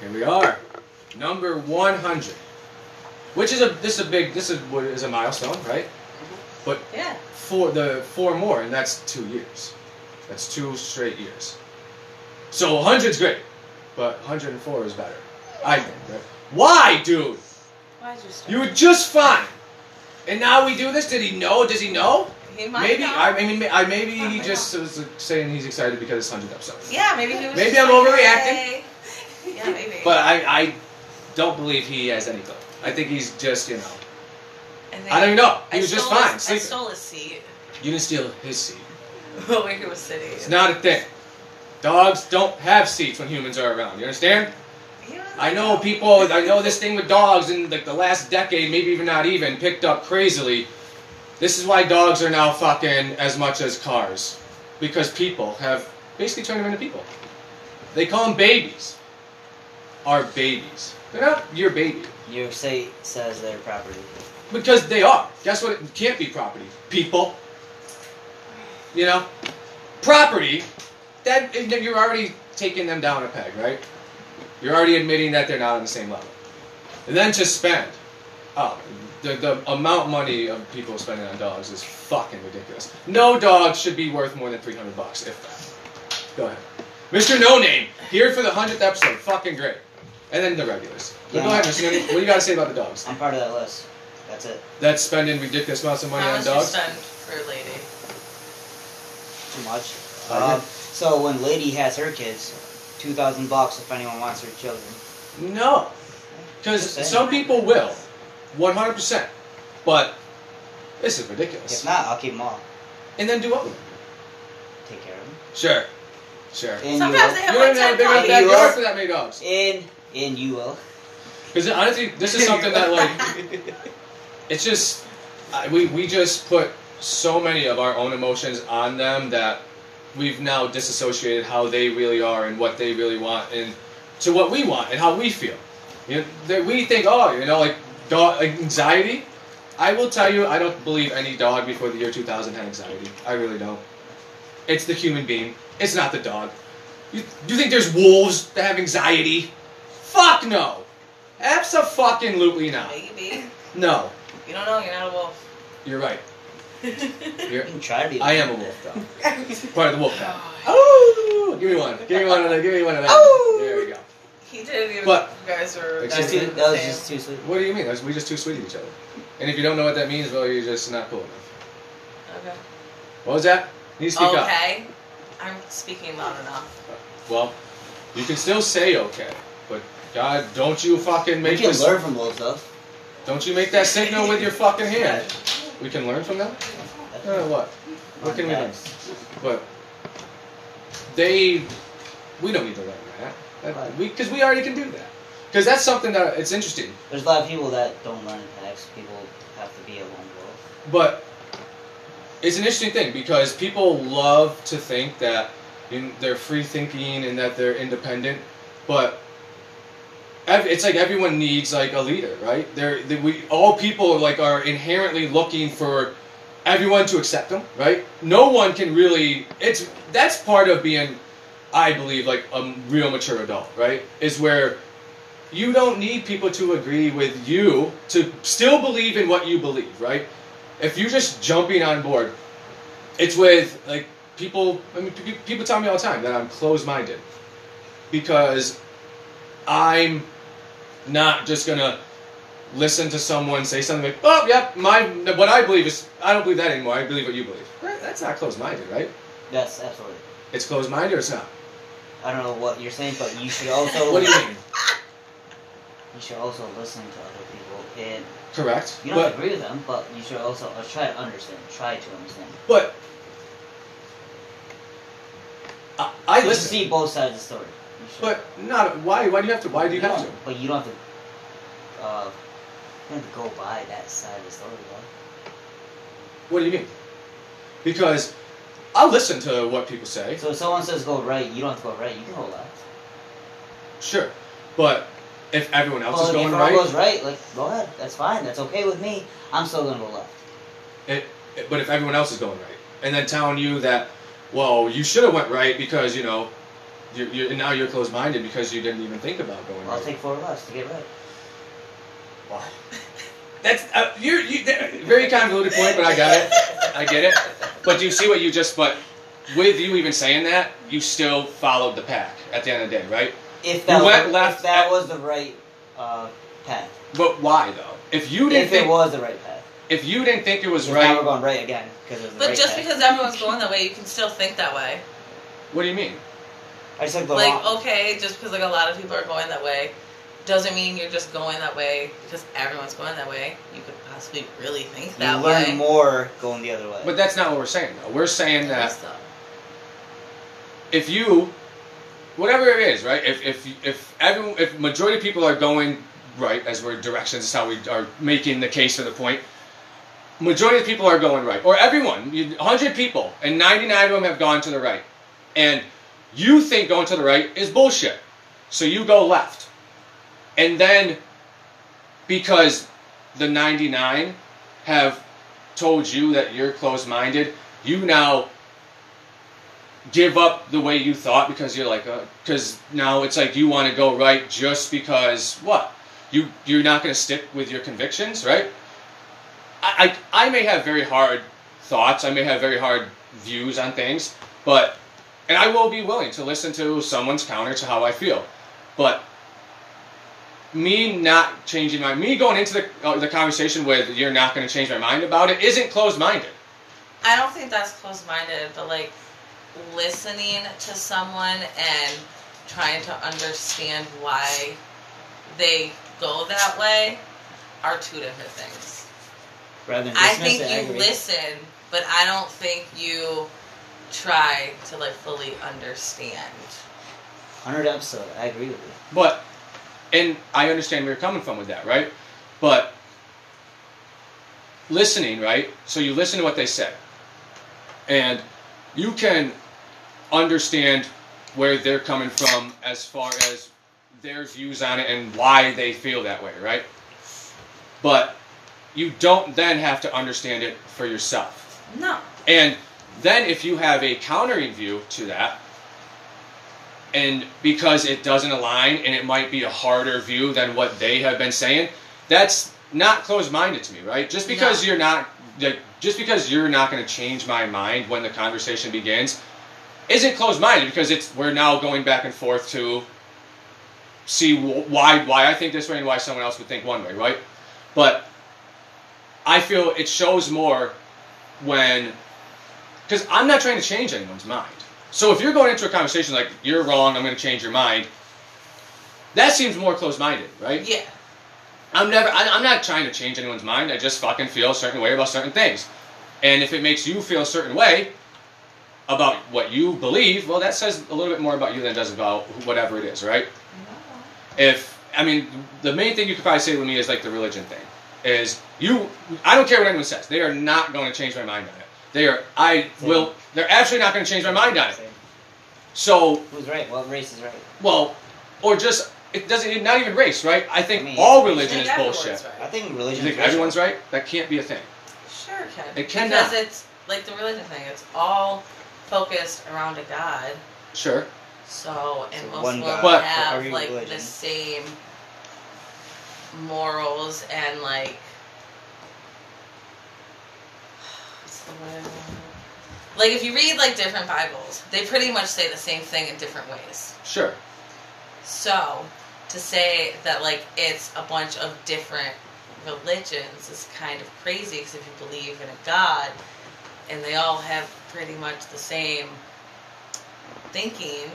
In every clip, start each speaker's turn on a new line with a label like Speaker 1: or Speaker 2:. Speaker 1: Here we are, number 100, which is a this is a big this is what is a milestone, right?
Speaker 2: Yeah.
Speaker 1: Four the four more, and that's two years. That's two straight years. So 100's great, but 104 is better. I think. Right? Why, dude?
Speaker 2: Why'd you start?
Speaker 1: You were just fine, and now we do this. Did he know? Does he know?
Speaker 2: he might
Speaker 1: maybe
Speaker 2: not.
Speaker 1: I, I mean I, maybe he
Speaker 2: Probably
Speaker 1: just was saying he's excited because it's 100 episodes.
Speaker 2: Yeah, maybe he was.
Speaker 1: Maybe
Speaker 2: just
Speaker 1: I'm
Speaker 2: like,
Speaker 1: overreacting.
Speaker 2: "Hey." Yeah, maybe.
Speaker 1: But I, I don't believe he has any clue. I think he's just, you know.
Speaker 2: think
Speaker 1: I don't even know. He
Speaker 2: I
Speaker 1: was just
Speaker 2: stole
Speaker 1: fine,
Speaker 2: His, I
Speaker 1: sleeping.
Speaker 2: stole his seat
Speaker 1: You didn't steal his seat.
Speaker 2: where he was sitting.
Speaker 1: It's not a thing. Dogs don't have seats when humans are around. You understand?
Speaker 2: He was- "Oh,
Speaker 1: I know people, I know this thing with dogs in like the last decade, maybe even not even, picked up crazily. This is why dogs are now fucking as much as cars. Because people have basically turned them into people. They call them babies. Are babies. They're not your baby.
Speaker 3: York State says their property.
Speaker 1: Because they are. Guess what? It can't be property. People. You know? Property, that you're already taking them down a peg, right? You're already admitting that they're not on the same level. And then to spend. Oh, the, the amount of money of people spending on dogs is fucking ridiculous. No dog should be worth more than 300 bucks, if that. Go ahead. Mr. No Name, here for the 100th episode. Fucking great. And then the regulars. But go ahead, Mr. No Name. What do you got to say about the dogs?
Speaker 3: I'm part of that list. That's it.
Speaker 1: That's spending ridiculous amounts of money
Speaker 2: How
Speaker 1: on
Speaker 2: was your
Speaker 1: dogs.
Speaker 2: son for lady?
Speaker 3: Too much.
Speaker 1: I
Speaker 3: Um, so when Lady has her kids, two thousand bucks if anyone wants her children.
Speaker 1: No, because
Speaker 3: Just saying.
Speaker 1: some people will, one hundred percent. But this is ridiculous.
Speaker 3: If not, I'll keep them all.
Speaker 1: and then do what? with them?
Speaker 3: Take care of them.
Speaker 1: Sure, sure.
Speaker 3: And you
Speaker 2: Sometimes they
Speaker 3: will.
Speaker 1: You
Speaker 2: have
Speaker 1: don't
Speaker 2: like
Speaker 1: even have a big
Speaker 2: ten
Speaker 1: enough
Speaker 2: puppies.
Speaker 3: copies.
Speaker 1: backyard for that many dogs.
Speaker 3: And and you will.
Speaker 1: Because honestly, this is something that like it's just I, we we just put so many of our own emotions on them that we've now disassociated how they really are and what they really want and to what we want and how we feel. You know, that we think, oh, you know, like dog like anxiety. I will tell you, I don't believe any dog before the year 2000 had anxiety. I really don't. It's the human being. It's not the dog. You, you think there's wolves that have anxiety? Fuck no. Absolutely not.
Speaker 2: Maybe.
Speaker 1: No,
Speaker 2: You don't know. You're not a wolf.
Speaker 1: you're right. You're,
Speaker 3: You can try to be.
Speaker 1: I am a wolf dog. Part of the wolf pack. Oh, give me one. Give me one of that. Give me one of that.
Speaker 2: Oh.
Speaker 1: There we go.
Speaker 2: he didn't even.
Speaker 1: But-
Speaker 2: you guys were.
Speaker 1: Excuse
Speaker 2: guys
Speaker 3: That's
Speaker 1: me?
Speaker 3: too,
Speaker 2: were the
Speaker 3: that was
Speaker 2: same.
Speaker 3: just too sweet.
Speaker 1: What do you mean? That's- We just too sweet to each other. And if you don't know what that means, well, you're just not cool enough.
Speaker 2: Okay.
Speaker 1: What was that? You need to speak up.
Speaker 2: Okay. I'm speaking loud enough.
Speaker 1: Well, you can still say okay, but God, don't you fucking
Speaker 3: We
Speaker 1: make
Speaker 3: can
Speaker 1: this.
Speaker 3: learn from wolves though.
Speaker 1: Don't you make that signal with your fucking hand? We can learn from them. Uh, what? What can we learn? But they, we don't need to learn that. that
Speaker 3: Right.
Speaker 1: we because we already can do that. Because that's something that it's interesting.
Speaker 3: There's a lot of people that don't learn packs. People have to be a lone wolf.
Speaker 1: But it's an interesting thing because people love to think that in, they're free thinking and that they're independent, but ev- it's like everyone needs like a leader, right? They're, they, we all people like are inherently looking for everyone to accept them, right? No one can really. It's that's part of being, I believe, like a real mature adult, right? Is where you don't need people to agree with you to still believe in what you believe, right? If you're just jumping on board, it's with like people. I mean, pe- people tell me all the time that I'm closed-minded because I'm not just gonna listen to someone say something like, "Oh, yep, my what I believe is I don't believe that anymore. I believe what you believe." Right? That's not closed-minded, right?
Speaker 3: Yes, absolutely.
Speaker 1: It's closed-minded or it's not.
Speaker 3: I don't know what you're saying, but you should also
Speaker 1: What do you mean?
Speaker 3: you should also listen to other people and
Speaker 1: Correct.
Speaker 3: you don't
Speaker 1: But
Speaker 3: agree with them, but you should also uh, try to understand. Try to understand.
Speaker 1: but I, I
Speaker 3: You should
Speaker 1: listen.
Speaker 3: see both sides of the story. You should.
Speaker 1: But not why? Why do you have to? Why do you have to?
Speaker 3: don't- But you don't have to. Uh, you don't have to go by that side of the story, though.
Speaker 1: What do you mean? Because I'll listen to what people say,
Speaker 3: So if someone says go right, you don't have to go right. You can go left.
Speaker 1: sure, but if everyone else
Speaker 3: Well,
Speaker 1: is
Speaker 3: if
Speaker 1: going
Speaker 3: everyone
Speaker 1: right,
Speaker 3: goes right, like go ahead. That's fine. That's okay with me. I'm still gonna go left.
Speaker 1: it, but if everyone else is going right, and then telling you that, well, you should have went right because you know, You're, you're, now you're closed minded because you didn't even think about going.
Speaker 3: Well, I'll
Speaker 1: right.
Speaker 3: take four of us to get right.
Speaker 1: Wow. That's uh, you're, you. that- Very convoluted point, but I got it. I get it. But do you see what you just? But with you even saying that, you still followed the pack at the end of the day, right?
Speaker 3: If that,
Speaker 1: You
Speaker 3: was,
Speaker 1: went
Speaker 3: if
Speaker 1: left
Speaker 3: that
Speaker 1: at-
Speaker 3: was the right uh, path.
Speaker 1: But why though? If you didn't
Speaker 3: If
Speaker 1: think,
Speaker 3: it was the right path.
Speaker 1: if you didn't think it was
Speaker 3: Because Now we're
Speaker 1: right,
Speaker 3: going right again. Because it was the
Speaker 2: But
Speaker 3: right
Speaker 2: just
Speaker 3: path.
Speaker 2: because everyone's going that way, you can still think that way.
Speaker 1: what do you mean?
Speaker 3: I just took the
Speaker 2: Like, oh,
Speaker 3: wrong.
Speaker 2: okay, just because like a lot of people are going that way, doesn't mean you're just going that way because everyone's going that way. You could possibly really think
Speaker 3: you
Speaker 2: that
Speaker 3: learn
Speaker 2: way.
Speaker 3: more going the other way.
Speaker 1: But that's not what we're saying though. We're saying that
Speaker 2: Stuff.
Speaker 1: if you whatever it is right if if if every if majority of people are going right as we're directions is how we are making the case for the point majority of people are going right or everyone you- 100 people and 99 of them have gone to the right and you think going to the right is bullshit so you go left and then because the 99 have told you that you're closed-minded you now give up the way you thought because you're like because now it's like you want to go right just because what you you're not going to stick with your convictions right I, I i may have very hard thoughts i may have very hard views on things but and i will be willing to listen to someone's counter to how i feel but me not changing my me going into the, uh, the conversation with you're not going to change my mind about it isn't closed-minded
Speaker 2: I don't think that's closed minded, but like listening to someone and trying to understand why they go that way are two different things.
Speaker 3: Rather than
Speaker 2: I
Speaker 3: dismiss
Speaker 2: think
Speaker 3: it, I
Speaker 2: you
Speaker 3: agree.
Speaker 2: listen, but I don't think you try to like fully understand.
Speaker 3: 100 episode. I agree with you.
Speaker 1: But, and I understand where you're coming from with that, right? But listening, right? So you listen to what they say, and you can understand where they're coming from as far as their views on it and why they feel that way, right? But you don't then have to understand it for yourself.
Speaker 2: No.
Speaker 1: And then if you have a countering view to that, and because it doesn't align and it might be a harder view than what they have been saying, that's not closed minded to me, right? Just because
Speaker 2: No.
Speaker 1: you're not like, just because you're not gonna change my mind when the conversation begins isn't closed minded because it's we're now going back and forth to see wh- why why I think this way and why someone else would think one way, right? But I feel it shows more when because I'm not trying to change anyone's mind. So if you're going into a conversation like you're wrong, I'm going to change your mind, that seems more closed-minded, right?
Speaker 2: Yeah.
Speaker 1: I'm never. I, I'm not trying to change anyone's mind. I just fucking feel a certain way about certain things, and if it makes you feel a certain way about what you believe, well, that says a little bit more about you than it does about whatever it is, right? if I mean the main thing you could probably say with me is like the religion thing is you I don't care what anyone says they are not going to change my mind on it they are I
Speaker 3: Same.
Speaker 1: will they're absolutely not going to change my mind on it
Speaker 3: Same.
Speaker 1: so
Speaker 3: Who's right? What race is right?
Speaker 1: well or just it doesn't not even race right I think
Speaker 3: I mean,
Speaker 1: all
Speaker 3: it's-
Speaker 1: religion
Speaker 2: Like,
Speaker 1: is
Speaker 2: everyone's
Speaker 1: bullshit
Speaker 3: I
Speaker 2: Right.
Speaker 3: think
Speaker 1: you
Speaker 3: religion
Speaker 1: think
Speaker 3: is right.
Speaker 1: everyone's right that can't be a thing
Speaker 2: Sure it can.
Speaker 1: It cannot.
Speaker 2: Because it's like the religion thing, it's all focused around a god.
Speaker 1: sure
Speaker 2: So and
Speaker 3: So
Speaker 2: most
Speaker 3: one
Speaker 2: will
Speaker 3: God
Speaker 1: But-
Speaker 2: have
Speaker 3: every
Speaker 2: like
Speaker 3: religion.
Speaker 2: the same morals and like what's the word? I want? Like if you read like different Bibles, they pretty much say the same thing in different ways.
Speaker 1: sure
Speaker 2: So to say that like it's a bunch of different religions is kind of crazy because if you believe in a god and they all have pretty much the same thinking,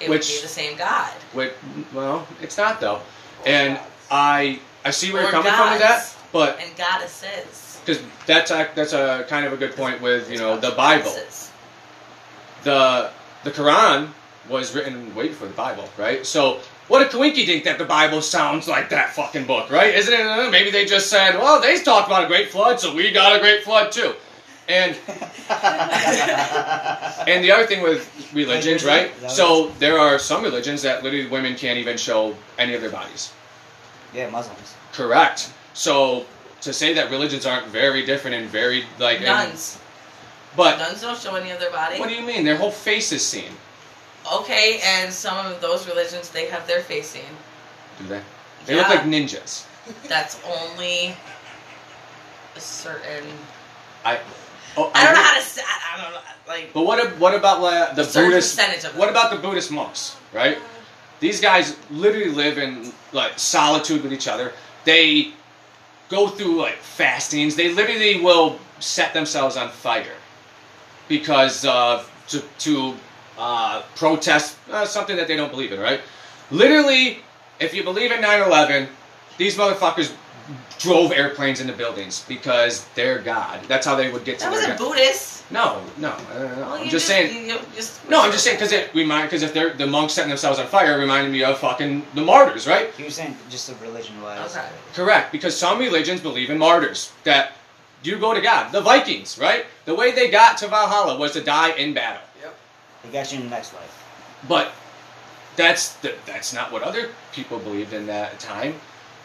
Speaker 2: it
Speaker 1: Which-
Speaker 2: would be the same god.
Speaker 1: Wait, well it's not though and I I see where
Speaker 2: Or
Speaker 1: you're coming from with that
Speaker 2: gods.
Speaker 1: but
Speaker 2: And goddesses.
Speaker 1: because that's a, that's a kind of a good point with you
Speaker 2: It's
Speaker 1: know
Speaker 2: a bunch
Speaker 1: the
Speaker 2: of
Speaker 1: Bible.
Speaker 2: goddesses.
Speaker 1: the the Quran was written way before the Bible, right? So what a coinky dink that the Bible sounds like that fucking book, right? Isn't it? Uh, Maybe they just said, well, they talked about a great flood, so we got a great flood too. And and the other thing with religions, right? So there are some religions that literally women can't even show any of their bodies.
Speaker 3: yeah, Muslims.
Speaker 1: Correct. So to say that religions aren't very different and very like and-
Speaker 2: Nuns.
Speaker 1: but
Speaker 2: Nuns don't show any of their body.
Speaker 1: what do you mean? Their whole face is seen.
Speaker 2: Okay, and some of those religions they have their facing.
Speaker 1: Do they? They look like ninjas.
Speaker 2: that's only a certain.
Speaker 1: Oh,
Speaker 2: I don't know
Speaker 1: agree.
Speaker 2: how to. s- I I don't know. Like
Speaker 1: But what ab- what about like, the
Speaker 2: a certain
Speaker 1: Buddhist?
Speaker 2: percentage of
Speaker 1: What
Speaker 2: them.
Speaker 1: about the Buddhist monks? Right? These guys literally live in like solitude with each other. They go through like fastings. They literally will set themselves on fire because uh, to to uh, protest uh, something that they don't believe in. Right? Literally, if you believe in 9/11, these motherfuckers drove airplanes into buildings because they're God. That's how they would get to
Speaker 2: That
Speaker 1: their
Speaker 2: wasn't
Speaker 1: God.
Speaker 2: Buddhist.
Speaker 1: No, no, I don't know.
Speaker 2: Well,
Speaker 1: I'm
Speaker 2: you
Speaker 1: just saying.
Speaker 2: you- you just-
Speaker 1: No, I'm just saying because it remind because if they're the monks setting themselves on fire, it reminded me of fucking the martyrs, right?
Speaker 3: He was saying just the religion wise.
Speaker 2: Okay.
Speaker 1: Correct, because some religions believe in martyrs that you go to God. The Vikings, right? The way they got to Valhalla was to die in battle,
Speaker 3: They got you in the next life.
Speaker 1: but that's the, that's not what other people believed in that time.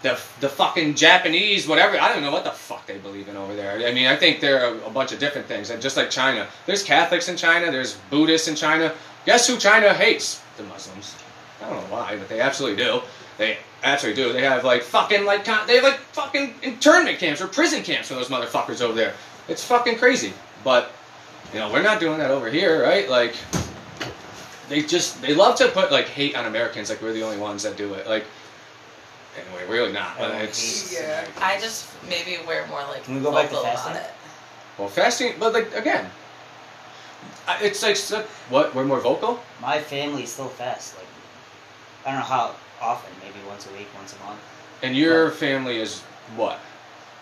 Speaker 1: The, the fucking Japanese, whatever, I don't know what the fuck they believe in over there. I mean, I think there are a bunch of different things, and just like China, there's Catholics in China, there's Buddhists in China. Guess who China hates? The Muslims. I don't know why, but they absolutely do. They absolutely do. They have like fucking like con- they have like fucking internment camps or prison camps for those motherfuckers over there. It's fucking crazy. But you know, we're not doing that over here, right? Like they just they love to put like hate on Americans, like we're the only ones that do it. Like anyway, we're really not. But
Speaker 3: Everyone
Speaker 1: it's
Speaker 3: hates
Speaker 4: Yeah.
Speaker 3: America.
Speaker 2: I just maybe we're more like
Speaker 3: Can we go back to
Speaker 2: vocal
Speaker 3: fasting?
Speaker 2: about it.
Speaker 1: well fasting, but like again, I- it's like so- what we're more vocal.
Speaker 3: My family still fasts. Like I don't know how often. Maybe once a week, once a month.
Speaker 1: And your family is what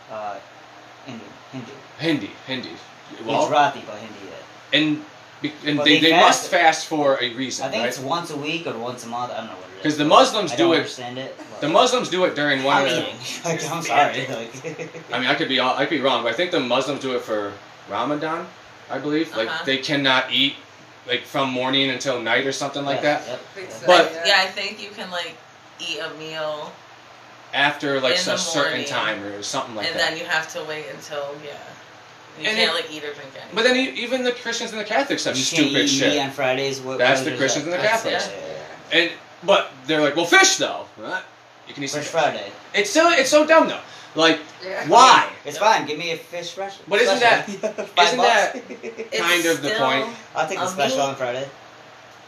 Speaker 3: Uh, Indian, Hindu.
Speaker 1: Hindi, Hindi.
Speaker 3: it's Rathi, but Hindi. Yeah.
Speaker 1: and be- and
Speaker 3: Well,
Speaker 1: they, they,
Speaker 3: they
Speaker 1: must
Speaker 3: fast.
Speaker 1: fast for a reason,
Speaker 3: I think
Speaker 1: right?
Speaker 3: it's once a week or once a month. I don't know what it is.
Speaker 1: 'Cause the Muslims
Speaker 3: I
Speaker 1: do
Speaker 3: don't
Speaker 1: it-
Speaker 3: Understand it. but-
Speaker 1: the Muslims do it during one.
Speaker 3: I'm
Speaker 1: of the,
Speaker 3: eating. Like, I'm sorry. Like,
Speaker 1: I mean, I could be all- I could be wrong, but I think the Muslims do it for Ramadan, I believe.
Speaker 2: Uh-huh.
Speaker 1: Like they cannot eat like from morning until night or something like
Speaker 3: Yeah,
Speaker 1: that.
Speaker 3: Yep,
Speaker 4: Think so.
Speaker 3: yep.
Speaker 1: But-
Speaker 2: yeah. I think you can like eat a meal
Speaker 1: After like
Speaker 2: In
Speaker 1: a
Speaker 2: the
Speaker 1: certain
Speaker 2: morning.
Speaker 1: time or something like
Speaker 2: and
Speaker 1: that.
Speaker 2: then you have to wait until yeah. You
Speaker 1: And
Speaker 2: can't
Speaker 1: it-
Speaker 2: like eat or drink anything.
Speaker 1: but then e- even the Christians and the Catholics have
Speaker 3: You can't
Speaker 1: stupid
Speaker 3: eat
Speaker 1: shit.
Speaker 3: meat on Fridays. What,
Speaker 1: That's
Speaker 3: what
Speaker 1: the
Speaker 3: is
Speaker 1: Christians
Speaker 3: that?
Speaker 1: and the
Speaker 3: That's-
Speaker 2: Catholics.
Speaker 3: yeah, yeah, yeah.
Speaker 1: And but they're like, well, fish though. Right? You can eat some
Speaker 3: Fresh Friday.
Speaker 1: It's so it's so dumb though. Like
Speaker 4: Yeah.
Speaker 1: why?
Speaker 3: It's fine. Give me a fish fresh.
Speaker 1: But isn't
Speaker 3: that
Speaker 1: isn't that-
Speaker 2: It's
Speaker 1: kind of the
Speaker 2: still-
Speaker 1: point.
Speaker 3: I'll take the
Speaker 2: A
Speaker 3: special
Speaker 2: meat-
Speaker 3: on Friday.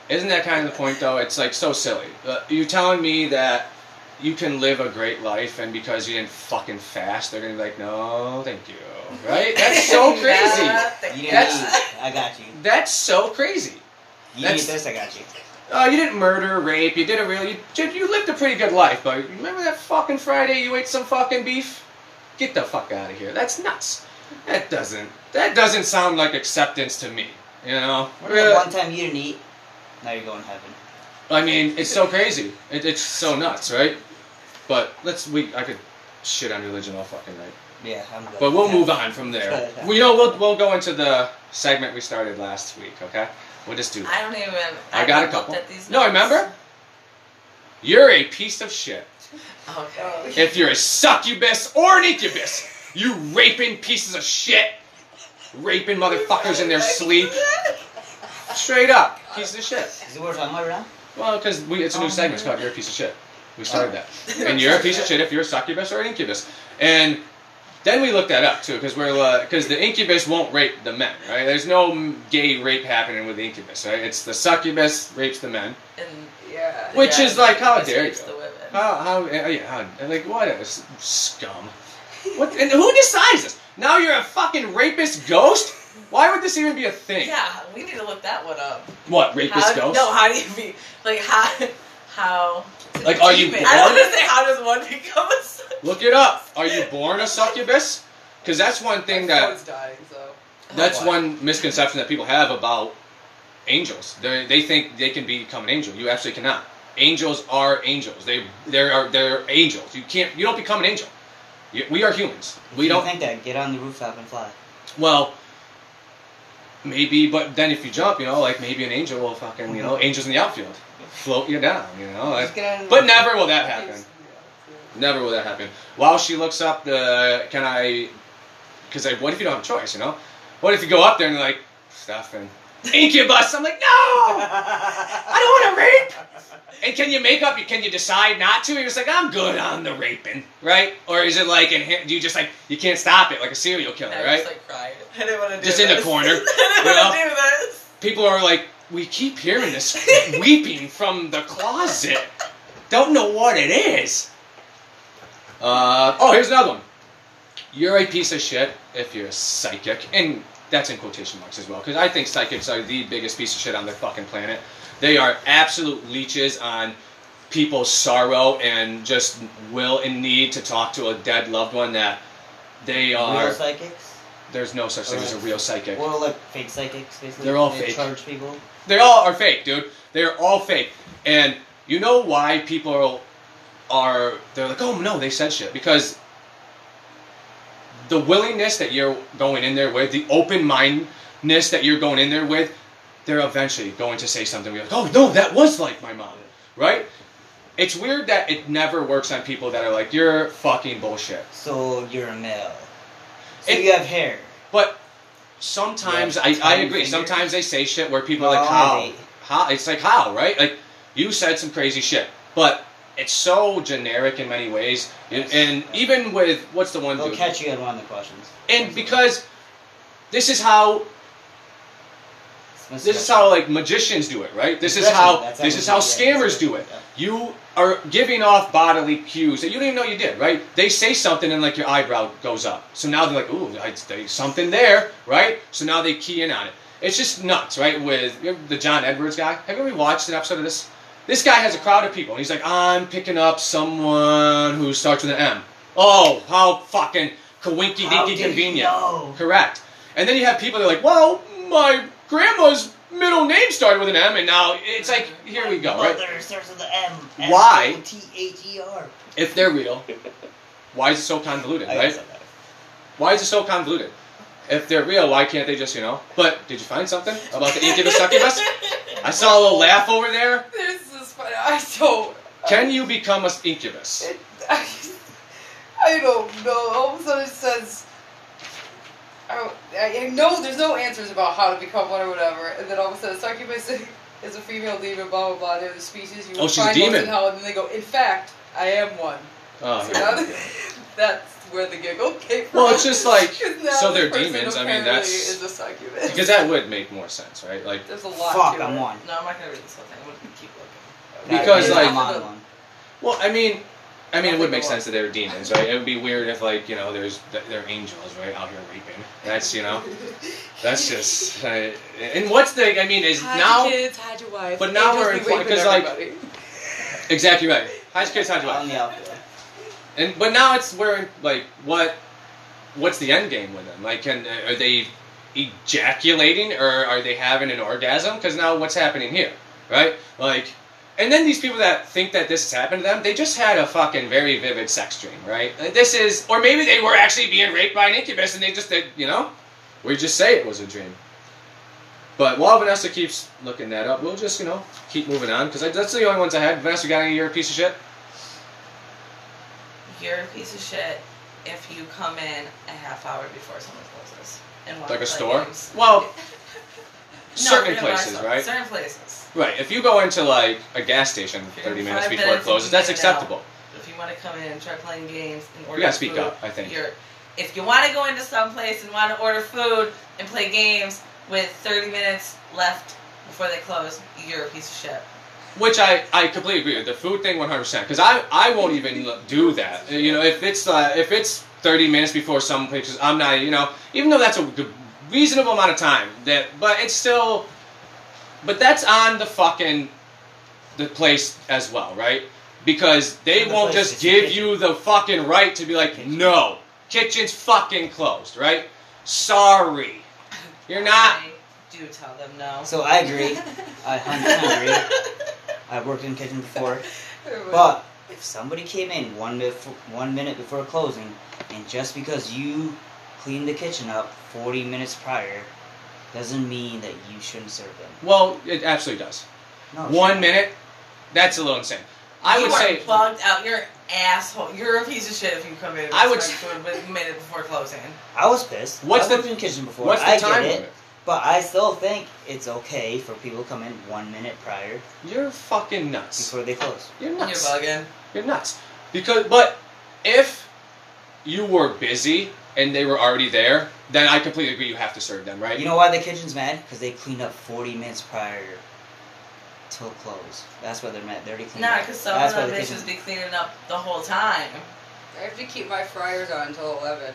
Speaker 1: Isn't that kind of the point, though? It's like so silly. Uh, you're telling me that you can live a great life, and because you didn't fucking fast, they're gonna be like, no, thank you. Right? That's so crazy.
Speaker 2: Yeah.
Speaker 3: You didn't
Speaker 1: That's-
Speaker 3: eat. I got you.
Speaker 1: That's so crazy.
Speaker 3: You
Speaker 1: That's-
Speaker 3: need this. I got you.
Speaker 1: Uh, you didn't murder, rape. You did a really. You, did- you lived a pretty good life, but remember that fucking Friday you ate some fucking beef? Get the fuck out of here. That's nuts. That doesn't. That doesn't sound like acceptance to me. You know.
Speaker 3: Remember
Speaker 1: Really?
Speaker 3: that one time you didn't eat? Now you're going to heaven.
Speaker 1: I mean, it's so crazy. It, it's so nuts, right? But let's we I could shit on religion all fucking night.
Speaker 3: Yeah, I'm good.
Speaker 1: But we'll move on from there. We you know we'll we'll go into the segment we started last week. Okay, we'll just do.
Speaker 2: I don't even.
Speaker 1: I got a
Speaker 2: haven't
Speaker 1: couple.
Speaker 2: Looked at these
Speaker 1: No,
Speaker 2: notes.
Speaker 1: remember? You're a piece of shit.
Speaker 2: Okay.
Speaker 1: If you're a succubus or an incubus, you raping pieces of shit, raping motherfuckers in their sleep. Straight up, piece of shit.
Speaker 3: Is it worth talking about right now?
Speaker 1: Well, because we it's a new
Speaker 3: Oh,
Speaker 1: segment. It's
Speaker 3: man.
Speaker 1: called "You're a Piece of Shit." We started that,
Speaker 4: You're
Speaker 1: and
Speaker 4: a
Speaker 1: you're a
Speaker 4: piece of
Speaker 1: piece of
Speaker 4: shit.
Speaker 1: shit if you're a succubus or an incubus. And then we looked that up too, because we're because the incubus won't rape the men, right? There's no m- gay rape happening with the incubus, right? It's the succubus rapes the men.
Speaker 2: And
Speaker 4: Yeah.
Speaker 1: Oh. Which
Speaker 2: yeah,
Speaker 1: is like, how
Speaker 2: this
Speaker 1: dare
Speaker 2: rapes
Speaker 1: you.
Speaker 2: The women.
Speaker 1: How how uh, yeah, how, and like what a s- scum. What and who decides this? Now you're a fucking rapist ghost. Why would this even be a thing?
Speaker 2: Yeah, we need to look that one up.
Speaker 1: What rapist
Speaker 2: How,
Speaker 1: ghost?
Speaker 2: no, how do you be like how how?
Speaker 1: Like, are you
Speaker 2: I don't
Speaker 1: born?
Speaker 2: want to say how does one become a. son-
Speaker 1: Look it up. Are you born a succubus? Because that's one thing
Speaker 4: My
Speaker 1: that
Speaker 4: phone's dying, so.
Speaker 1: That's
Speaker 2: Oh, wow.
Speaker 1: one misconception that people have about angels. They they think they can become an angel. You absolutely cannot. Angels are angels. They they are they're angels. You can't you don't become an angel. You, we are humans.
Speaker 3: If
Speaker 1: We
Speaker 3: you
Speaker 1: don't.
Speaker 3: think that. Get on the rooftop and fly.
Speaker 1: Well, maybe, but then if you jump, you know, like maybe an angel will fucking you know angels in the outfield float you down. You know, like,
Speaker 3: Mm-hmm. Just get on the
Speaker 1: but
Speaker 3: rooftop.
Speaker 1: never will that happen. Never will that happen. While she looks up the, can I? Because like, what if you don't have a choice? You know, what if you go up there and like, Stefan, Incubus. I'm like, no.
Speaker 3: I
Speaker 1: don't And can you make up? Can you decide not to? He was like, I'm good on the raping, right? Or is it like, and do you just like you can't stop it like a serial killer,
Speaker 2: I
Speaker 1: right?
Speaker 2: just like cried. I didn't want to do
Speaker 1: Just in
Speaker 2: this.
Speaker 1: the corner,
Speaker 2: I didn't
Speaker 1: you
Speaker 2: want to do this.
Speaker 1: People are like, we keep hearing this weeping from the closet. Don't know what it is. Uh, oh, here's another one. You're a piece of shit if you're a psychic, and that's in quotation marks as well, because I think psychics are the biggest piece of shit on the fucking planet. They are absolute leeches on people's sorrow and just will and need to talk to a dead loved one that they
Speaker 3: Real
Speaker 1: are.
Speaker 3: psychics?
Speaker 1: There's no such thing as a real psychic.
Speaker 3: Well, like fake psychics, basically.
Speaker 1: They're all
Speaker 3: they
Speaker 1: fake.
Speaker 3: charge people.
Speaker 1: They all are fake, dude. They're all fake. And you know why people are they're like, "Oh no, they said shit." Because the willingness that you're going in there with, the open-mindedness that you're going in there with, they're eventually going to say something We're like, "Oh no, that was like my mom." Right? It's weird that it never works on people that are like, "You're fucking bullshit."
Speaker 3: So you're a male. So
Speaker 1: It-
Speaker 3: you have hair.
Speaker 1: But sometimes
Speaker 3: Yeah,
Speaker 1: I, I
Speaker 3: tiny
Speaker 1: agree.
Speaker 3: fingers.
Speaker 1: Sometimes they say shit where people are
Speaker 3: No,
Speaker 1: like,
Speaker 3: they-
Speaker 1: how? How? It's like, how, right? Like, you said some crazy shit. But it's so generic in many ways.
Speaker 3: Yes.
Speaker 1: And even with, what's the one
Speaker 3: They'll
Speaker 1: dude?
Speaker 3: catch you at one of the questions.
Speaker 1: And because this is how this is how like magicians do it, right? This is how
Speaker 3: That's
Speaker 1: this is how scammers do it.
Speaker 3: Yeah.
Speaker 1: You are giving off bodily cues that you didn't even know you did, right? They say something and like your eyebrow goes up. So now they're like, ooh, I, they, something there, right? So now they key in on it. It's just nuts, right? With you ever- the John Edwards guy. Have you ever watched an episode of this? This guy has a crowd of people and he's like, I'm picking up someone who starts with an M. Oh, how fucking coinky
Speaker 3: How
Speaker 1: dinky
Speaker 3: did he
Speaker 1: convenient.
Speaker 3: know?
Speaker 1: Correct. And then you have people that are like, well, my grandma's middle name started with an M, and now it's like, here we go, right?
Speaker 3: Mother starts with the M.
Speaker 1: Why?
Speaker 3: S-O-T-H-E-R.
Speaker 1: If they're real, why is it so convoluted,
Speaker 3: I
Speaker 1: right?
Speaker 3: guess I'm not.
Speaker 1: Why is it so convoluted? If they're real, why can't they just, you know? But did you find something about the incubus succubus? I saw a little laugh over there.
Speaker 2: There's this funny. I don't.
Speaker 1: Can you become an incubus?
Speaker 2: It, I, I don't know. All of a sudden it says. I, I I know there's no answers about how to become one or whatever, and then all of a sudden succubus is a female demon, blah blah blah. They're the species you
Speaker 1: Oh,
Speaker 2: will
Speaker 1: she's a
Speaker 2: find once
Speaker 1: demon.
Speaker 2: in hell, and then they go. In fact, I am one.
Speaker 1: Oh, here
Speaker 2: so
Speaker 1: we
Speaker 2: now
Speaker 1: go.
Speaker 2: that's where the giggle came from.
Speaker 1: Well, it's just like-
Speaker 2: 'Cause now
Speaker 1: so
Speaker 2: this
Speaker 1: they're
Speaker 2: person
Speaker 1: demons, I mean,
Speaker 2: apparently
Speaker 1: that's-
Speaker 2: is a succubus.
Speaker 1: because that would make more sense, right? Like,
Speaker 2: there's a lot.
Speaker 3: Fuck,
Speaker 2: to
Speaker 3: I'm
Speaker 2: it.
Speaker 3: one.
Speaker 2: No, I'm not gonna read this whole thing. I'm gonna keep looking.
Speaker 1: Because,
Speaker 3: Yeah,
Speaker 1: like-
Speaker 3: I'm on one.
Speaker 1: well, I mean, I mean, it would make
Speaker 2: Nothing more.
Speaker 1: sense that they're demons, right? It would be weird if, like, you know, there's that they're angels, right, out here raping. That's, you know, That's just. I and what's the? I mean, is
Speaker 2: hide
Speaker 1: now
Speaker 2: your kids, hide your wife.
Speaker 1: but now
Speaker 2: Angels
Speaker 1: we're
Speaker 2: be
Speaker 1: in point-
Speaker 2: raping
Speaker 1: 'cause, like,
Speaker 2: everybody.
Speaker 1: exactly right. How's kids? How's
Speaker 3: On
Speaker 1: wife?
Speaker 3: the outfield.
Speaker 1: And but now it's where like what? What's the end game with them? Like, can are they ejaculating or are they having an orgasm? Because now what's happening here, right? Like, and then these people that think that this has happened to them, they just had a fucking very vivid sex dream, right? Like, This is, or maybe they were actually being raped by an incubus and they just did, you know. We just say it was a dream. But while Vanessa keeps looking that up, we'll just, you know, keep moving on. Because that's the only ones I had. Vanessa, you got any of your piece of shit?
Speaker 2: You're a piece of shit if you come in a half hour before someone closes. And want
Speaker 1: Like a
Speaker 2: to play
Speaker 1: store?
Speaker 2: games.
Speaker 1: Well,
Speaker 2: No,
Speaker 1: certain
Speaker 2: we don't buy
Speaker 1: places,
Speaker 2: stuff.
Speaker 1: right?
Speaker 2: Certain places.
Speaker 1: Right. If you go into, like, a gas station 30
Speaker 2: In
Speaker 1: minutes
Speaker 2: five
Speaker 1: before it
Speaker 2: minutes,
Speaker 1: closes,
Speaker 2: you can
Speaker 1: that's
Speaker 2: get out.
Speaker 1: acceptable.
Speaker 2: If you want to come in and try playing games and order
Speaker 1: You gotta speak
Speaker 2: food,
Speaker 1: up, I think.
Speaker 2: You're, if you want to go into some place and want to order food and play games with 30 minutes left before they close, you're a piece of shit.
Speaker 1: Which I, I completely agree with. The food thing, 100%. Because I, I won't even l- do that. You know, if it's, uh, if it's 30 minutes before some places, I'm not, you know, even though that's a g- reasonable amount of time, that, but it's still, but that's on the fucking, the place as well, right? Because they
Speaker 3: The
Speaker 1: won't
Speaker 3: place
Speaker 1: just
Speaker 3: is the
Speaker 1: give
Speaker 3: kitchen.
Speaker 1: you the fucking right to be like,
Speaker 3: Kitchen.
Speaker 1: no, kitchen's fucking closed, right? Sorry. You're not.
Speaker 2: I do tell them no.
Speaker 3: So I agree. I 100% agree. I've worked in kitchen before. But if somebody came in one minute, one minute before closing, and just because you cleaned the kitchen up 40 minutes prior, doesn't mean that you shouldn't serve them.
Speaker 1: Well, it absolutely does.
Speaker 3: No, it
Speaker 1: One
Speaker 3: shouldn't.
Speaker 1: minute? That's a little insane. I
Speaker 2: You
Speaker 1: would
Speaker 2: are
Speaker 1: say
Speaker 2: plugged out. You're an asshole. You're a piece of shit if you come in. and
Speaker 1: I would
Speaker 2: start food with a minute before closing.
Speaker 3: I was pissed.
Speaker 1: What's
Speaker 3: I
Speaker 1: the-
Speaker 3: worked in kitchen before?
Speaker 1: what's the
Speaker 3: I
Speaker 1: time
Speaker 3: get it.
Speaker 1: limit?
Speaker 3: But I still think it's okay for people to come in one minute prior
Speaker 1: You're fucking nuts.
Speaker 3: before they close.
Speaker 1: You're
Speaker 2: You're
Speaker 1: nuts.
Speaker 2: bugging.
Speaker 1: You're nuts. Because, but if you were busy and they were already there, then I completely agree. You have to serve them, right?
Speaker 3: You know why the kitchen's mad? Because they cleaned up 40 minutes prior till close. That's why they're mad. They already cleaned
Speaker 2: Nah,
Speaker 3: up.
Speaker 2: because some
Speaker 3: That's
Speaker 2: of them
Speaker 3: why the
Speaker 2: bitches
Speaker 3: kitchen-
Speaker 2: be cleaning up the whole time.
Speaker 4: I have to keep my fryers on until 11.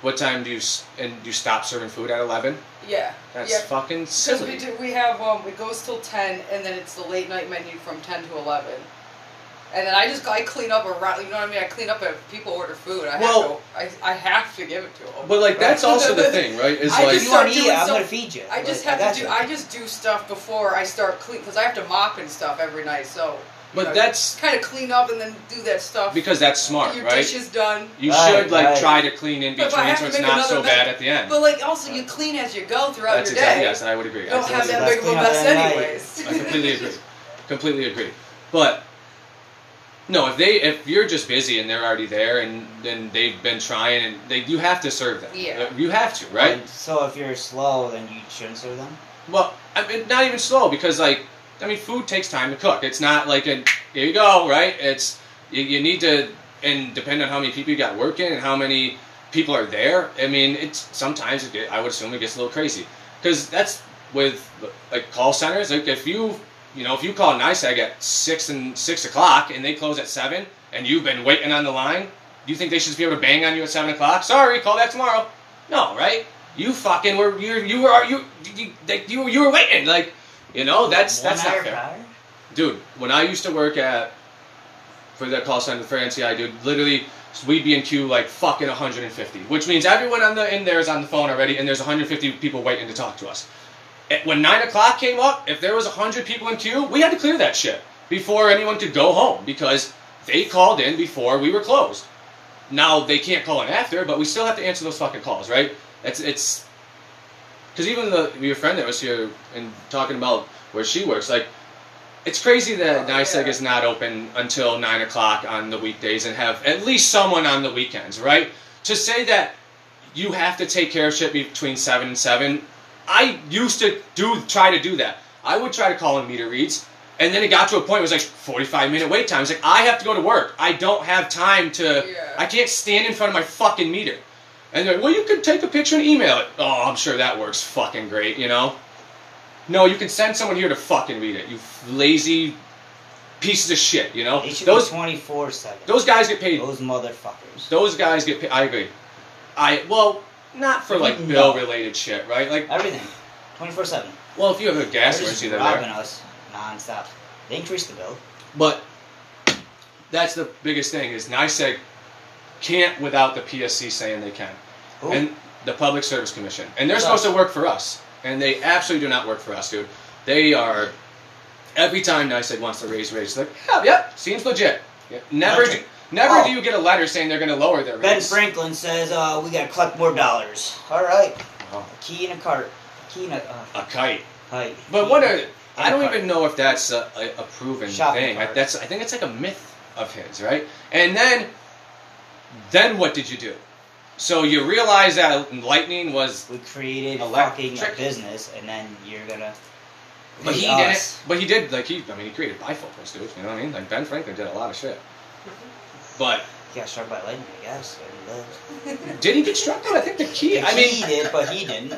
Speaker 1: what time do you s- and do you stop serving food at eleven?
Speaker 4: Yeah.
Speaker 1: That's
Speaker 4: yeah.
Speaker 1: fucking
Speaker 4: Because
Speaker 1: silly.
Speaker 4: we do, we have um, it goes till ten, and then it's the late night menu from ten to eleven. And then I just I clean up around, you know what I mean? I clean up if people order food. I
Speaker 1: Well-
Speaker 4: have to, I, I have to give it to them.
Speaker 1: But like that's also the thing, right? Is
Speaker 4: I
Speaker 1: like
Speaker 4: just
Speaker 3: If you want to
Speaker 4: start
Speaker 3: eat,
Speaker 4: doing
Speaker 3: I'm
Speaker 4: so-
Speaker 3: gonna feed you.
Speaker 4: I just
Speaker 3: Like,
Speaker 4: have
Speaker 3: got
Speaker 4: to do
Speaker 3: you.
Speaker 4: I just do stuff before I start clean because I have to mop and stuff every night. So
Speaker 1: But that's-
Speaker 4: kind of clean up and then do that stuff.
Speaker 1: because that's smart,
Speaker 4: your
Speaker 1: right?
Speaker 4: dish is done.
Speaker 1: You
Speaker 3: Right,
Speaker 1: should like
Speaker 3: right.
Speaker 1: try to clean in
Speaker 4: But if I
Speaker 1: between
Speaker 4: have
Speaker 1: so
Speaker 4: to
Speaker 1: it's
Speaker 4: make
Speaker 1: not so
Speaker 4: another
Speaker 1: bad
Speaker 4: mess-
Speaker 1: at the end.
Speaker 4: But like also you clean as you go throughout
Speaker 1: That's
Speaker 4: your
Speaker 1: exactly
Speaker 4: day.
Speaker 1: yes, and I would agree. I
Speaker 4: You don't
Speaker 1: totally
Speaker 4: have
Speaker 1: agree.
Speaker 4: that big of a
Speaker 3: Clean up
Speaker 4: mess
Speaker 3: at night.
Speaker 4: anyways.
Speaker 1: I completely agree. Completely agree. But no, if they if you're just busy and they're already there and then they've been trying and they you have to serve them.
Speaker 4: Yeah.
Speaker 1: You have to, right?
Speaker 3: And so if you're slow, then you shouldn't serve them.
Speaker 1: Well, I mean, not even slow because like I mean, food takes time to cook. It's not like a here you go, right? It's you, you need to and depending on how many people you got working and how many people are there. I mean, it's sometimes it get, I would assume it gets a little crazy because that's with like call centers. Like if you you know if you call NISAG at six and six o'clock and they close at seven and you've been waiting on the line, do you think they should be able to bang on you at seven o'clock? Sorry, call back tomorrow. No, right? You fucking were you you were you you, like, you, you were waiting like you know that's
Speaker 3: One
Speaker 1: that's
Speaker 3: hour
Speaker 1: not fair.
Speaker 3: prior?
Speaker 1: Dude, when I used to work at for that call center for NCI, dude, literally we'd be in queue like fucking 150, which means everyone on the in there is on the phone already, and there's 150 people waiting to talk to us. At- When nine o'clock came up, if there was 100 people in queue, we had to clear that shit before anyone could go home because they called in before we were closed. Now they can't call in after, but we still have to answer those fucking calls, right? It's it's because even the your friend that was here and talking about where she works, like it's crazy that
Speaker 4: Oh,
Speaker 1: NYSEG
Speaker 4: yeah.
Speaker 1: is not open until nine o'clock on the weekdays and have at least someone on the weekends, right? To say that you have to take care of shit between seven and seven, I used to do try to do that. I would try to call in meter reads, and then it got to a point where it was like forty five minute wait time. It's like I have to go to work. I don't have time to.
Speaker 4: Yeah.
Speaker 1: I can't stand in front of my fucking meter. And they're like, well, you could take a picture and email it. Oh, I'm sure that works fucking great, you know? No, you can send someone here to fucking read it. You f- lazy pieces of shit, you know?
Speaker 3: It should
Speaker 1: Those
Speaker 3: be 24 7.
Speaker 1: those guys get paid.
Speaker 3: Those motherfuckers.
Speaker 1: Those guys get paid. I agree. I well, not for like
Speaker 3: No.
Speaker 1: bill related shit, right? Like,
Speaker 3: Everything. 24 7.
Speaker 1: well, if you have a gas
Speaker 3: They're just
Speaker 1: emergency, they're
Speaker 3: robbing
Speaker 1: there.
Speaker 3: us nonstop. They increased the bill.
Speaker 1: But that's the biggest thing is NYSEG can't without the PSC saying they can.
Speaker 3: Who?
Speaker 1: and the Public Service Commission, and they're
Speaker 3: Us.
Speaker 1: supposed to work for us, and they absolutely do not work for us, dude. They are every time NYSEG wants to raise rates, like, yep, yep, seems legit. Yep. Never,
Speaker 3: Legit.
Speaker 1: do, never
Speaker 3: Oh.
Speaker 1: do you get a letter saying they're going to lower their
Speaker 3: ben
Speaker 1: rates.
Speaker 3: Franklin says uh, we gotta collect more dollars. Alright.
Speaker 1: Oh,
Speaker 3: A key in a cart. A key in a. Uh,
Speaker 1: a kite.
Speaker 3: hi.
Speaker 1: But what a I don't
Speaker 3: cart.
Speaker 1: even know if that's a, a, a proven
Speaker 3: Shopping
Speaker 1: thing. I,
Speaker 3: cart.
Speaker 1: that's I think it's like a myth of his, right? And then, then what did you do? So you realize that lightning was
Speaker 3: We created
Speaker 1: Electric.
Speaker 3: fucking a business, and then you're gonna.
Speaker 1: But
Speaker 3: pay
Speaker 1: he did it.
Speaker 3: us.
Speaker 1: But he did like he. I mean, he created bifocals, dude. You know what I mean? Like Ben Franklin did a lot of shit. But
Speaker 3: He got struck by lightning, I guess. and, uh,
Speaker 1: did he get struck out? I think the key. I
Speaker 3: he
Speaker 1: mean,
Speaker 3: did, but he didn't.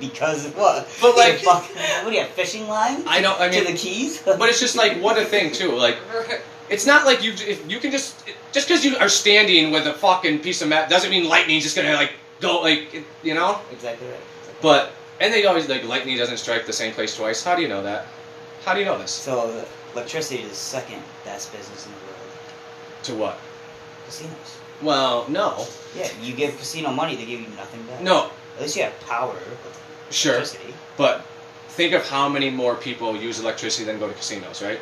Speaker 3: because of what?
Speaker 1: But, like-
Speaker 3: The fuck, what do you have? Fishing line?
Speaker 1: I don't. I mean,
Speaker 3: to the keys?
Speaker 1: but it's just like what a thing too. Like it's not like you. If you can just just because you are standing with a fucking piece of mat doesn't mean lightning's just gonna like go like it, you know.
Speaker 3: exactly right.
Speaker 1: But and they always like lightning doesn't strike the same place twice. How do you know that? How do you know this?
Speaker 3: So the electricity is the second best business in the world.
Speaker 1: To what?
Speaker 3: Casinos.
Speaker 1: Well, no,
Speaker 3: Yeah, you give casino money, they give you nothing back.
Speaker 1: no,
Speaker 3: At least you have power. with
Speaker 1: sure.
Speaker 3: Electricity.
Speaker 1: But think of how many more people use electricity than go to casinos, right?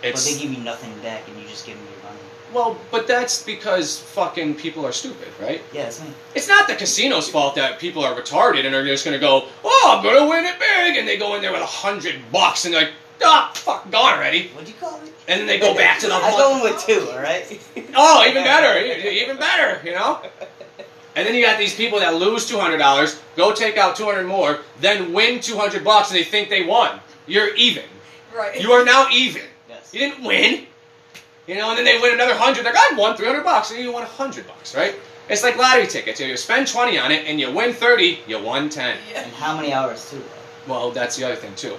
Speaker 3: But they
Speaker 1: It's
Speaker 3: give you nothing back, and you just give them your money.
Speaker 1: well, but that's because fucking people are stupid, right?
Speaker 3: Yeah, that's me.
Speaker 1: It's not the casino's fault that people are retarded and are just gonna go, oh, I'm gonna win it big, and they go in there with a hundred bucks and they're like, ah, fuck, gone already,
Speaker 3: What'd you call it?
Speaker 1: and then they go back to the
Speaker 3: I
Speaker 1: one-
Speaker 3: go in with two, alright?
Speaker 1: oh, even better, e- even better, you know. And then you got these people that lose two hundred dollars, go take out two hundred more, then win two hundred bucks, and they think they won. You're even.
Speaker 4: Right.
Speaker 1: You are now even.
Speaker 3: Yes.
Speaker 1: You didn't win. You know, and then they win another hundred. Like I won three hundred bucks, and you won hundred bucks, right? It's like lottery tickets. You spend twenty on it, and you win thirty. You won ten.
Speaker 4: Yeah.
Speaker 3: And how many hours too? though?
Speaker 1: Well, that's the other thing too,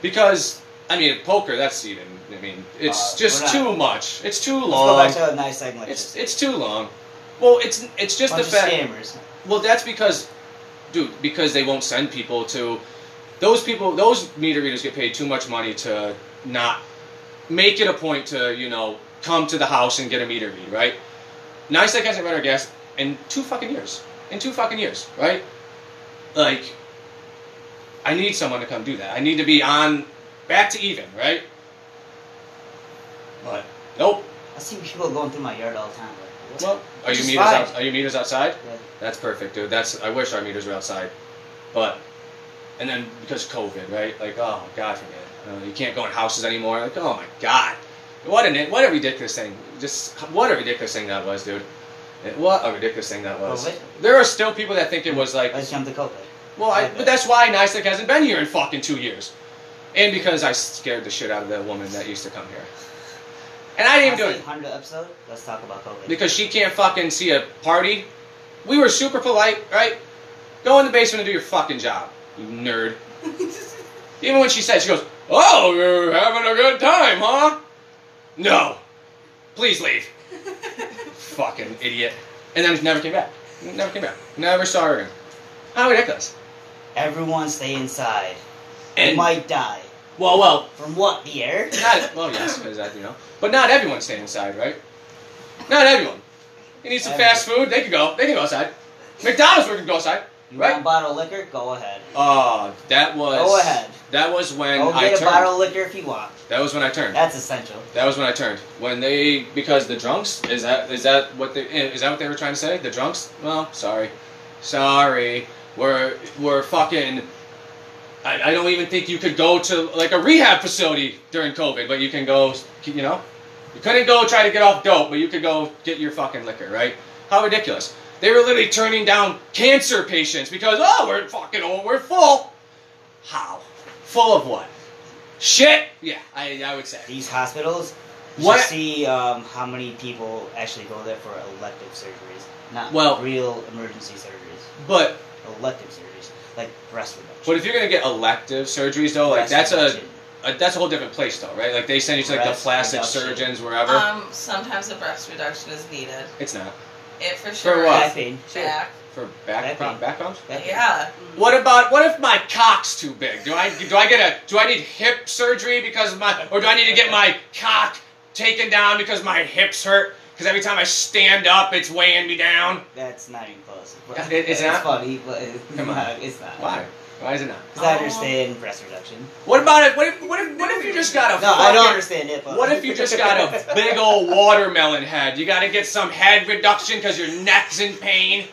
Speaker 1: because I mean, poker. That's even. I mean, it's
Speaker 3: Uh,
Speaker 1: just
Speaker 3: we're not-
Speaker 1: too much. It's too long.
Speaker 3: Let's go back to a nice segment.
Speaker 1: It's it's too long. Well, it's it's just
Speaker 3: Bunch
Speaker 1: the
Speaker 3: of
Speaker 1: fact.
Speaker 3: scammers.
Speaker 1: Well, that's because, dude, because they won't send people to those people. Those meter readers get paid too much money to not make it a point to you know come to the house and get a meter read, right? NYSEC hasn't run our gas in two fucking years. In two fucking years, right? Like, I need someone to come do that. I need to be on back to even, right? But nope.
Speaker 3: I see people going through my yard all the time. Like,
Speaker 1: Well, are
Speaker 3: Which
Speaker 1: you
Speaker 3: is
Speaker 1: meters
Speaker 3: fine.
Speaker 1: out, are you meters outside?
Speaker 3: Yeah.
Speaker 1: That's perfect, dude. That's I wish our meters were outside, but and then because COVID, right? Like, oh God, forget it. Uh, you can't go in houses anymore. Like, oh my God, what an what a ridiculous thing! Just what a ridiculous thing that was, dude. It- What a ridiculous thing that was.
Speaker 3: Well, wait.
Speaker 1: There are still people that think it was like,
Speaker 3: let's jump to COVID.
Speaker 1: well, I, but that's why NYSEC hasn't been here in fucking two years, and because I scared the shit out of that woman that used to come here, and I didn't even do it.
Speaker 3: Hundred episode. Let's talk about COVID.
Speaker 1: because she can't fucking see a party. We were super polite, right? Go in the basement and do your fucking job, you nerd. Even when she said, she goes, "Oh, you're having a good time, huh?" No, please leave, fucking idiot. And then never came back. Never came back. Never saw her. again. How ridiculous.
Speaker 3: Everyone stay inside. you
Speaker 1: And
Speaker 3: might die.
Speaker 1: well, well,
Speaker 3: From what? The air?
Speaker 1: not well, yes, because that you know, but not everyone staying inside, right? Not everyone. You need some fast food. They can go. They can go outside. McDonald's, we can go outside.
Speaker 3: You
Speaker 1: Right.
Speaker 3: want a bottle of liquor? Go ahead.
Speaker 1: Oh, that was.
Speaker 3: Go ahead.
Speaker 1: That was when
Speaker 3: Go
Speaker 1: I
Speaker 3: get a
Speaker 1: turned.
Speaker 3: bottle of liquor if you want.
Speaker 1: That was when I turned.
Speaker 3: That's essential.
Speaker 1: That was when I turned. When they because the drunks is that is that what they eh, is that what they were trying to say? The drunks? Well, sorry, sorry. We're we're fucking. I, I don't even think you could go to like a rehab facility during COVID, but you can go. You know, you couldn't go try to get off dope, but you could go get your fucking liquor, right? How ridiculous! They were literally turning down cancer patients because oh, we're fucking old, we're full. How? Full of what? Shit. Yeah, I I would say.
Speaker 3: These hospitals. You
Speaker 1: What-
Speaker 3: should see um, how many people actually go there for elective surgeries, not
Speaker 1: Well-
Speaker 3: real emergency surgeries.
Speaker 1: But
Speaker 3: Elective surgeries, like breast reduction.
Speaker 1: But if you're gonna get elective surgeries though, like
Speaker 3: Breast
Speaker 1: that's a,
Speaker 3: reduction.
Speaker 1: a that's a whole different place though, right? Like they send you to like the
Speaker 3: Breast
Speaker 1: plastic
Speaker 3: reduction.
Speaker 1: surgeons wherever.
Speaker 2: Um, sometimes a breast reduction is needed.
Speaker 1: it's not
Speaker 2: It for sure.
Speaker 1: what?
Speaker 3: Back
Speaker 2: is
Speaker 3: pain.
Speaker 2: Jack.
Speaker 1: for back
Speaker 3: Back
Speaker 1: pro-
Speaker 3: pain.
Speaker 1: back problems.
Speaker 3: Back pain.
Speaker 2: Yeah.
Speaker 1: What about what if my cock's too big? Do I do I get a do I need hip surgery because of my or do I need to get my cock taken down because my hips hurt? Because every time I stand up, it's weighing me down.
Speaker 3: That's not even close.
Speaker 1: Yeah, it- it's not?
Speaker 3: funny, but it's
Speaker 1: Come on.
Speaker 3: not. It's not.
Speaker 1: Why? Why is it not?
Speaker 3: Because I understand breast reduction.
Speaker 1: What about it? What if what if what if you just got a
Speaker 3: No, I don't
Speaker 1: fucking-
Speaker 3: understand it. But
Speaker 1: What if you just got a big old watermelon head? You got to get some head reduction because your neck's in pain.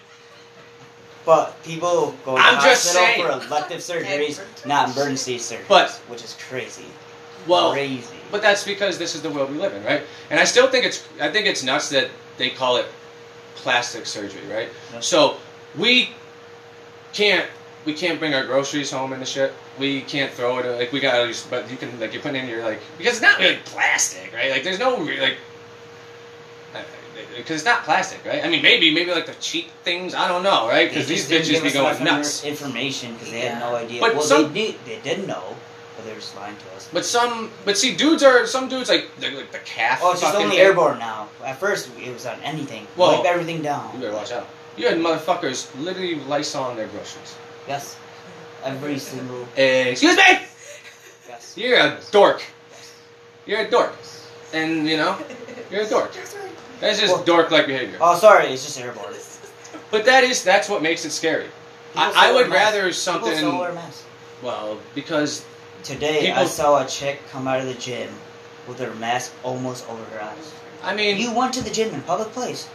Speaker 3: But people go to
Speaker 1: I'm
Speaker 3: hospital
Speaker 1: just saying.
Speaker 3: for elective surgeries, not emergency surgeries,
Speaker 1: But-
Speaker 3: which is crazy.
Speaker 1: Well,
Speaker 3: crazy.
Speaker 1: but that's because this is the world we live in, right? And I still think it's I think it's nuts that they call it plastic surgery, right?
Speaker 3: Yeah.
Speaker 1: So we can't we can't bring our groceries home and the shit. We can't throw it like we gotta. use- But you can like you put it in your like because it's not really plastic, right? Like there's no re- like because it's not plastic, right? I mean maybe maybe like the cheap things. I don't know, right?
Speaker 3: They
Speaker 1: Because these
Speaker 3: just didn't
Speaker 1: bitches
Speaker 3: give
Speaker 1: be
Speaker 3: us
Speaker 1: going
Speaker 3: enough
Speaker 1: nuts.
Speaker 3: Information because they had
Speaker 2: Yeah.
Speaker 3: no idea.
Speaker 1: But
Speaker 3: well,
Speaker 1: some-
Speaker 3: they knew, they did know, but they were just lying to us.
Speaker 1: But some, but see, dudes are some dudes like the, like the calf.
Speaker 3: Oh, it's just
Speaker 1: fucking
Speaker 3: only
Speaker 1: thing.
Speaker 3: airborne now. At first, it was on anything.
Speaker 1: Well-
Speaker 3: Wipe everything
Speaker 1: You
Speaker 3: down.
Speaker 1: better watch out. You had motherfuckers literally Lysol on their groceries.
Speaker 3: Yes. Every single.
Speaker 1: Eh, excuse me.
Speaker 3: Yes.
Speaker 1: You're a dork. You're a dork, and you know you're a dork. That's just
Speaker 3: Well-
Speaker 1: dork-like behavior.
Speaker 3: Oh, sorry. It's just airborne.
Speaker 1: But that is that's what makes it scary. I,
Speaker 3: People
Speaker 1: I
Speaker 3: still
Speaker 1: would
Speaker 3: wear masks.
Speaker 1: rather
Speaker 3: People still wear
Speaker 1: something.
Speaker 3: masks.
Speaker 1: Well, because
Speaker 3: Today, I
Speaker 1: People-
Speaker 3: saw a chick come out of the gym with her mask almost over her eyes.
Speaker 1: I mean,
Speaker 3: You went to the gym in a public place.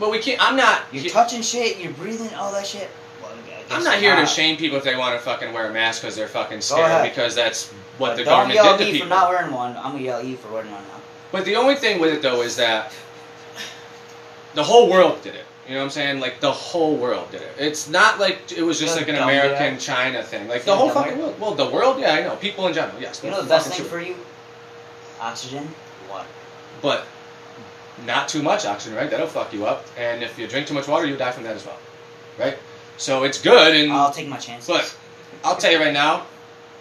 Speaker 1: but we can't. I'm not.
Speaker 3: You're touching shit. You're breathing. All that shit. Well, I guess
Speaker 1: I'm not here to
Speaker 3: not.
Speaker 1: shame people if they want to fucking wear a mask because they're fucking scared
Speaker 3: ahead.
Speaker 1: because that's what the
Speaker 3: Don't
Speaker 1: government
Speaker 3: yell
Speaker 1: did
Speaker 3: at
Speaker 1: to
Speaker 3: me for
Speaker 1: people.
Speaker 3: not wearing one. I'm gonna yell at you for wearing one now.
Speaker 1: But the only thing with it though is that the whole world did it. You You know what I'm saying? Like the whole world did it. It's not like it was just
Speaker 3: You know
Speaker 1: like an
Speaker 3: Gambia?
Speaker 1: American China thing. Like the
Speaker 3: Think
Speaker 1: whole
Speaker 3: Gambia?
Speaker 1: fucking world. Well, the world, yeah, I know. People in general, yes.
Speaker 3: You know the
Speaker 1: Fucking
Speaker 3: best thing
Speaker 1: sure.
Speaker 3: for you? Oxygen, water.
Speaker 1: but not too much oxygen, right? That'll fuck you up. And if you drink too much water, you'll die from that as well, right? So it's good. And
Speaker 3: I'll take my chances.
Speaker 1: But- I'll tell you right now,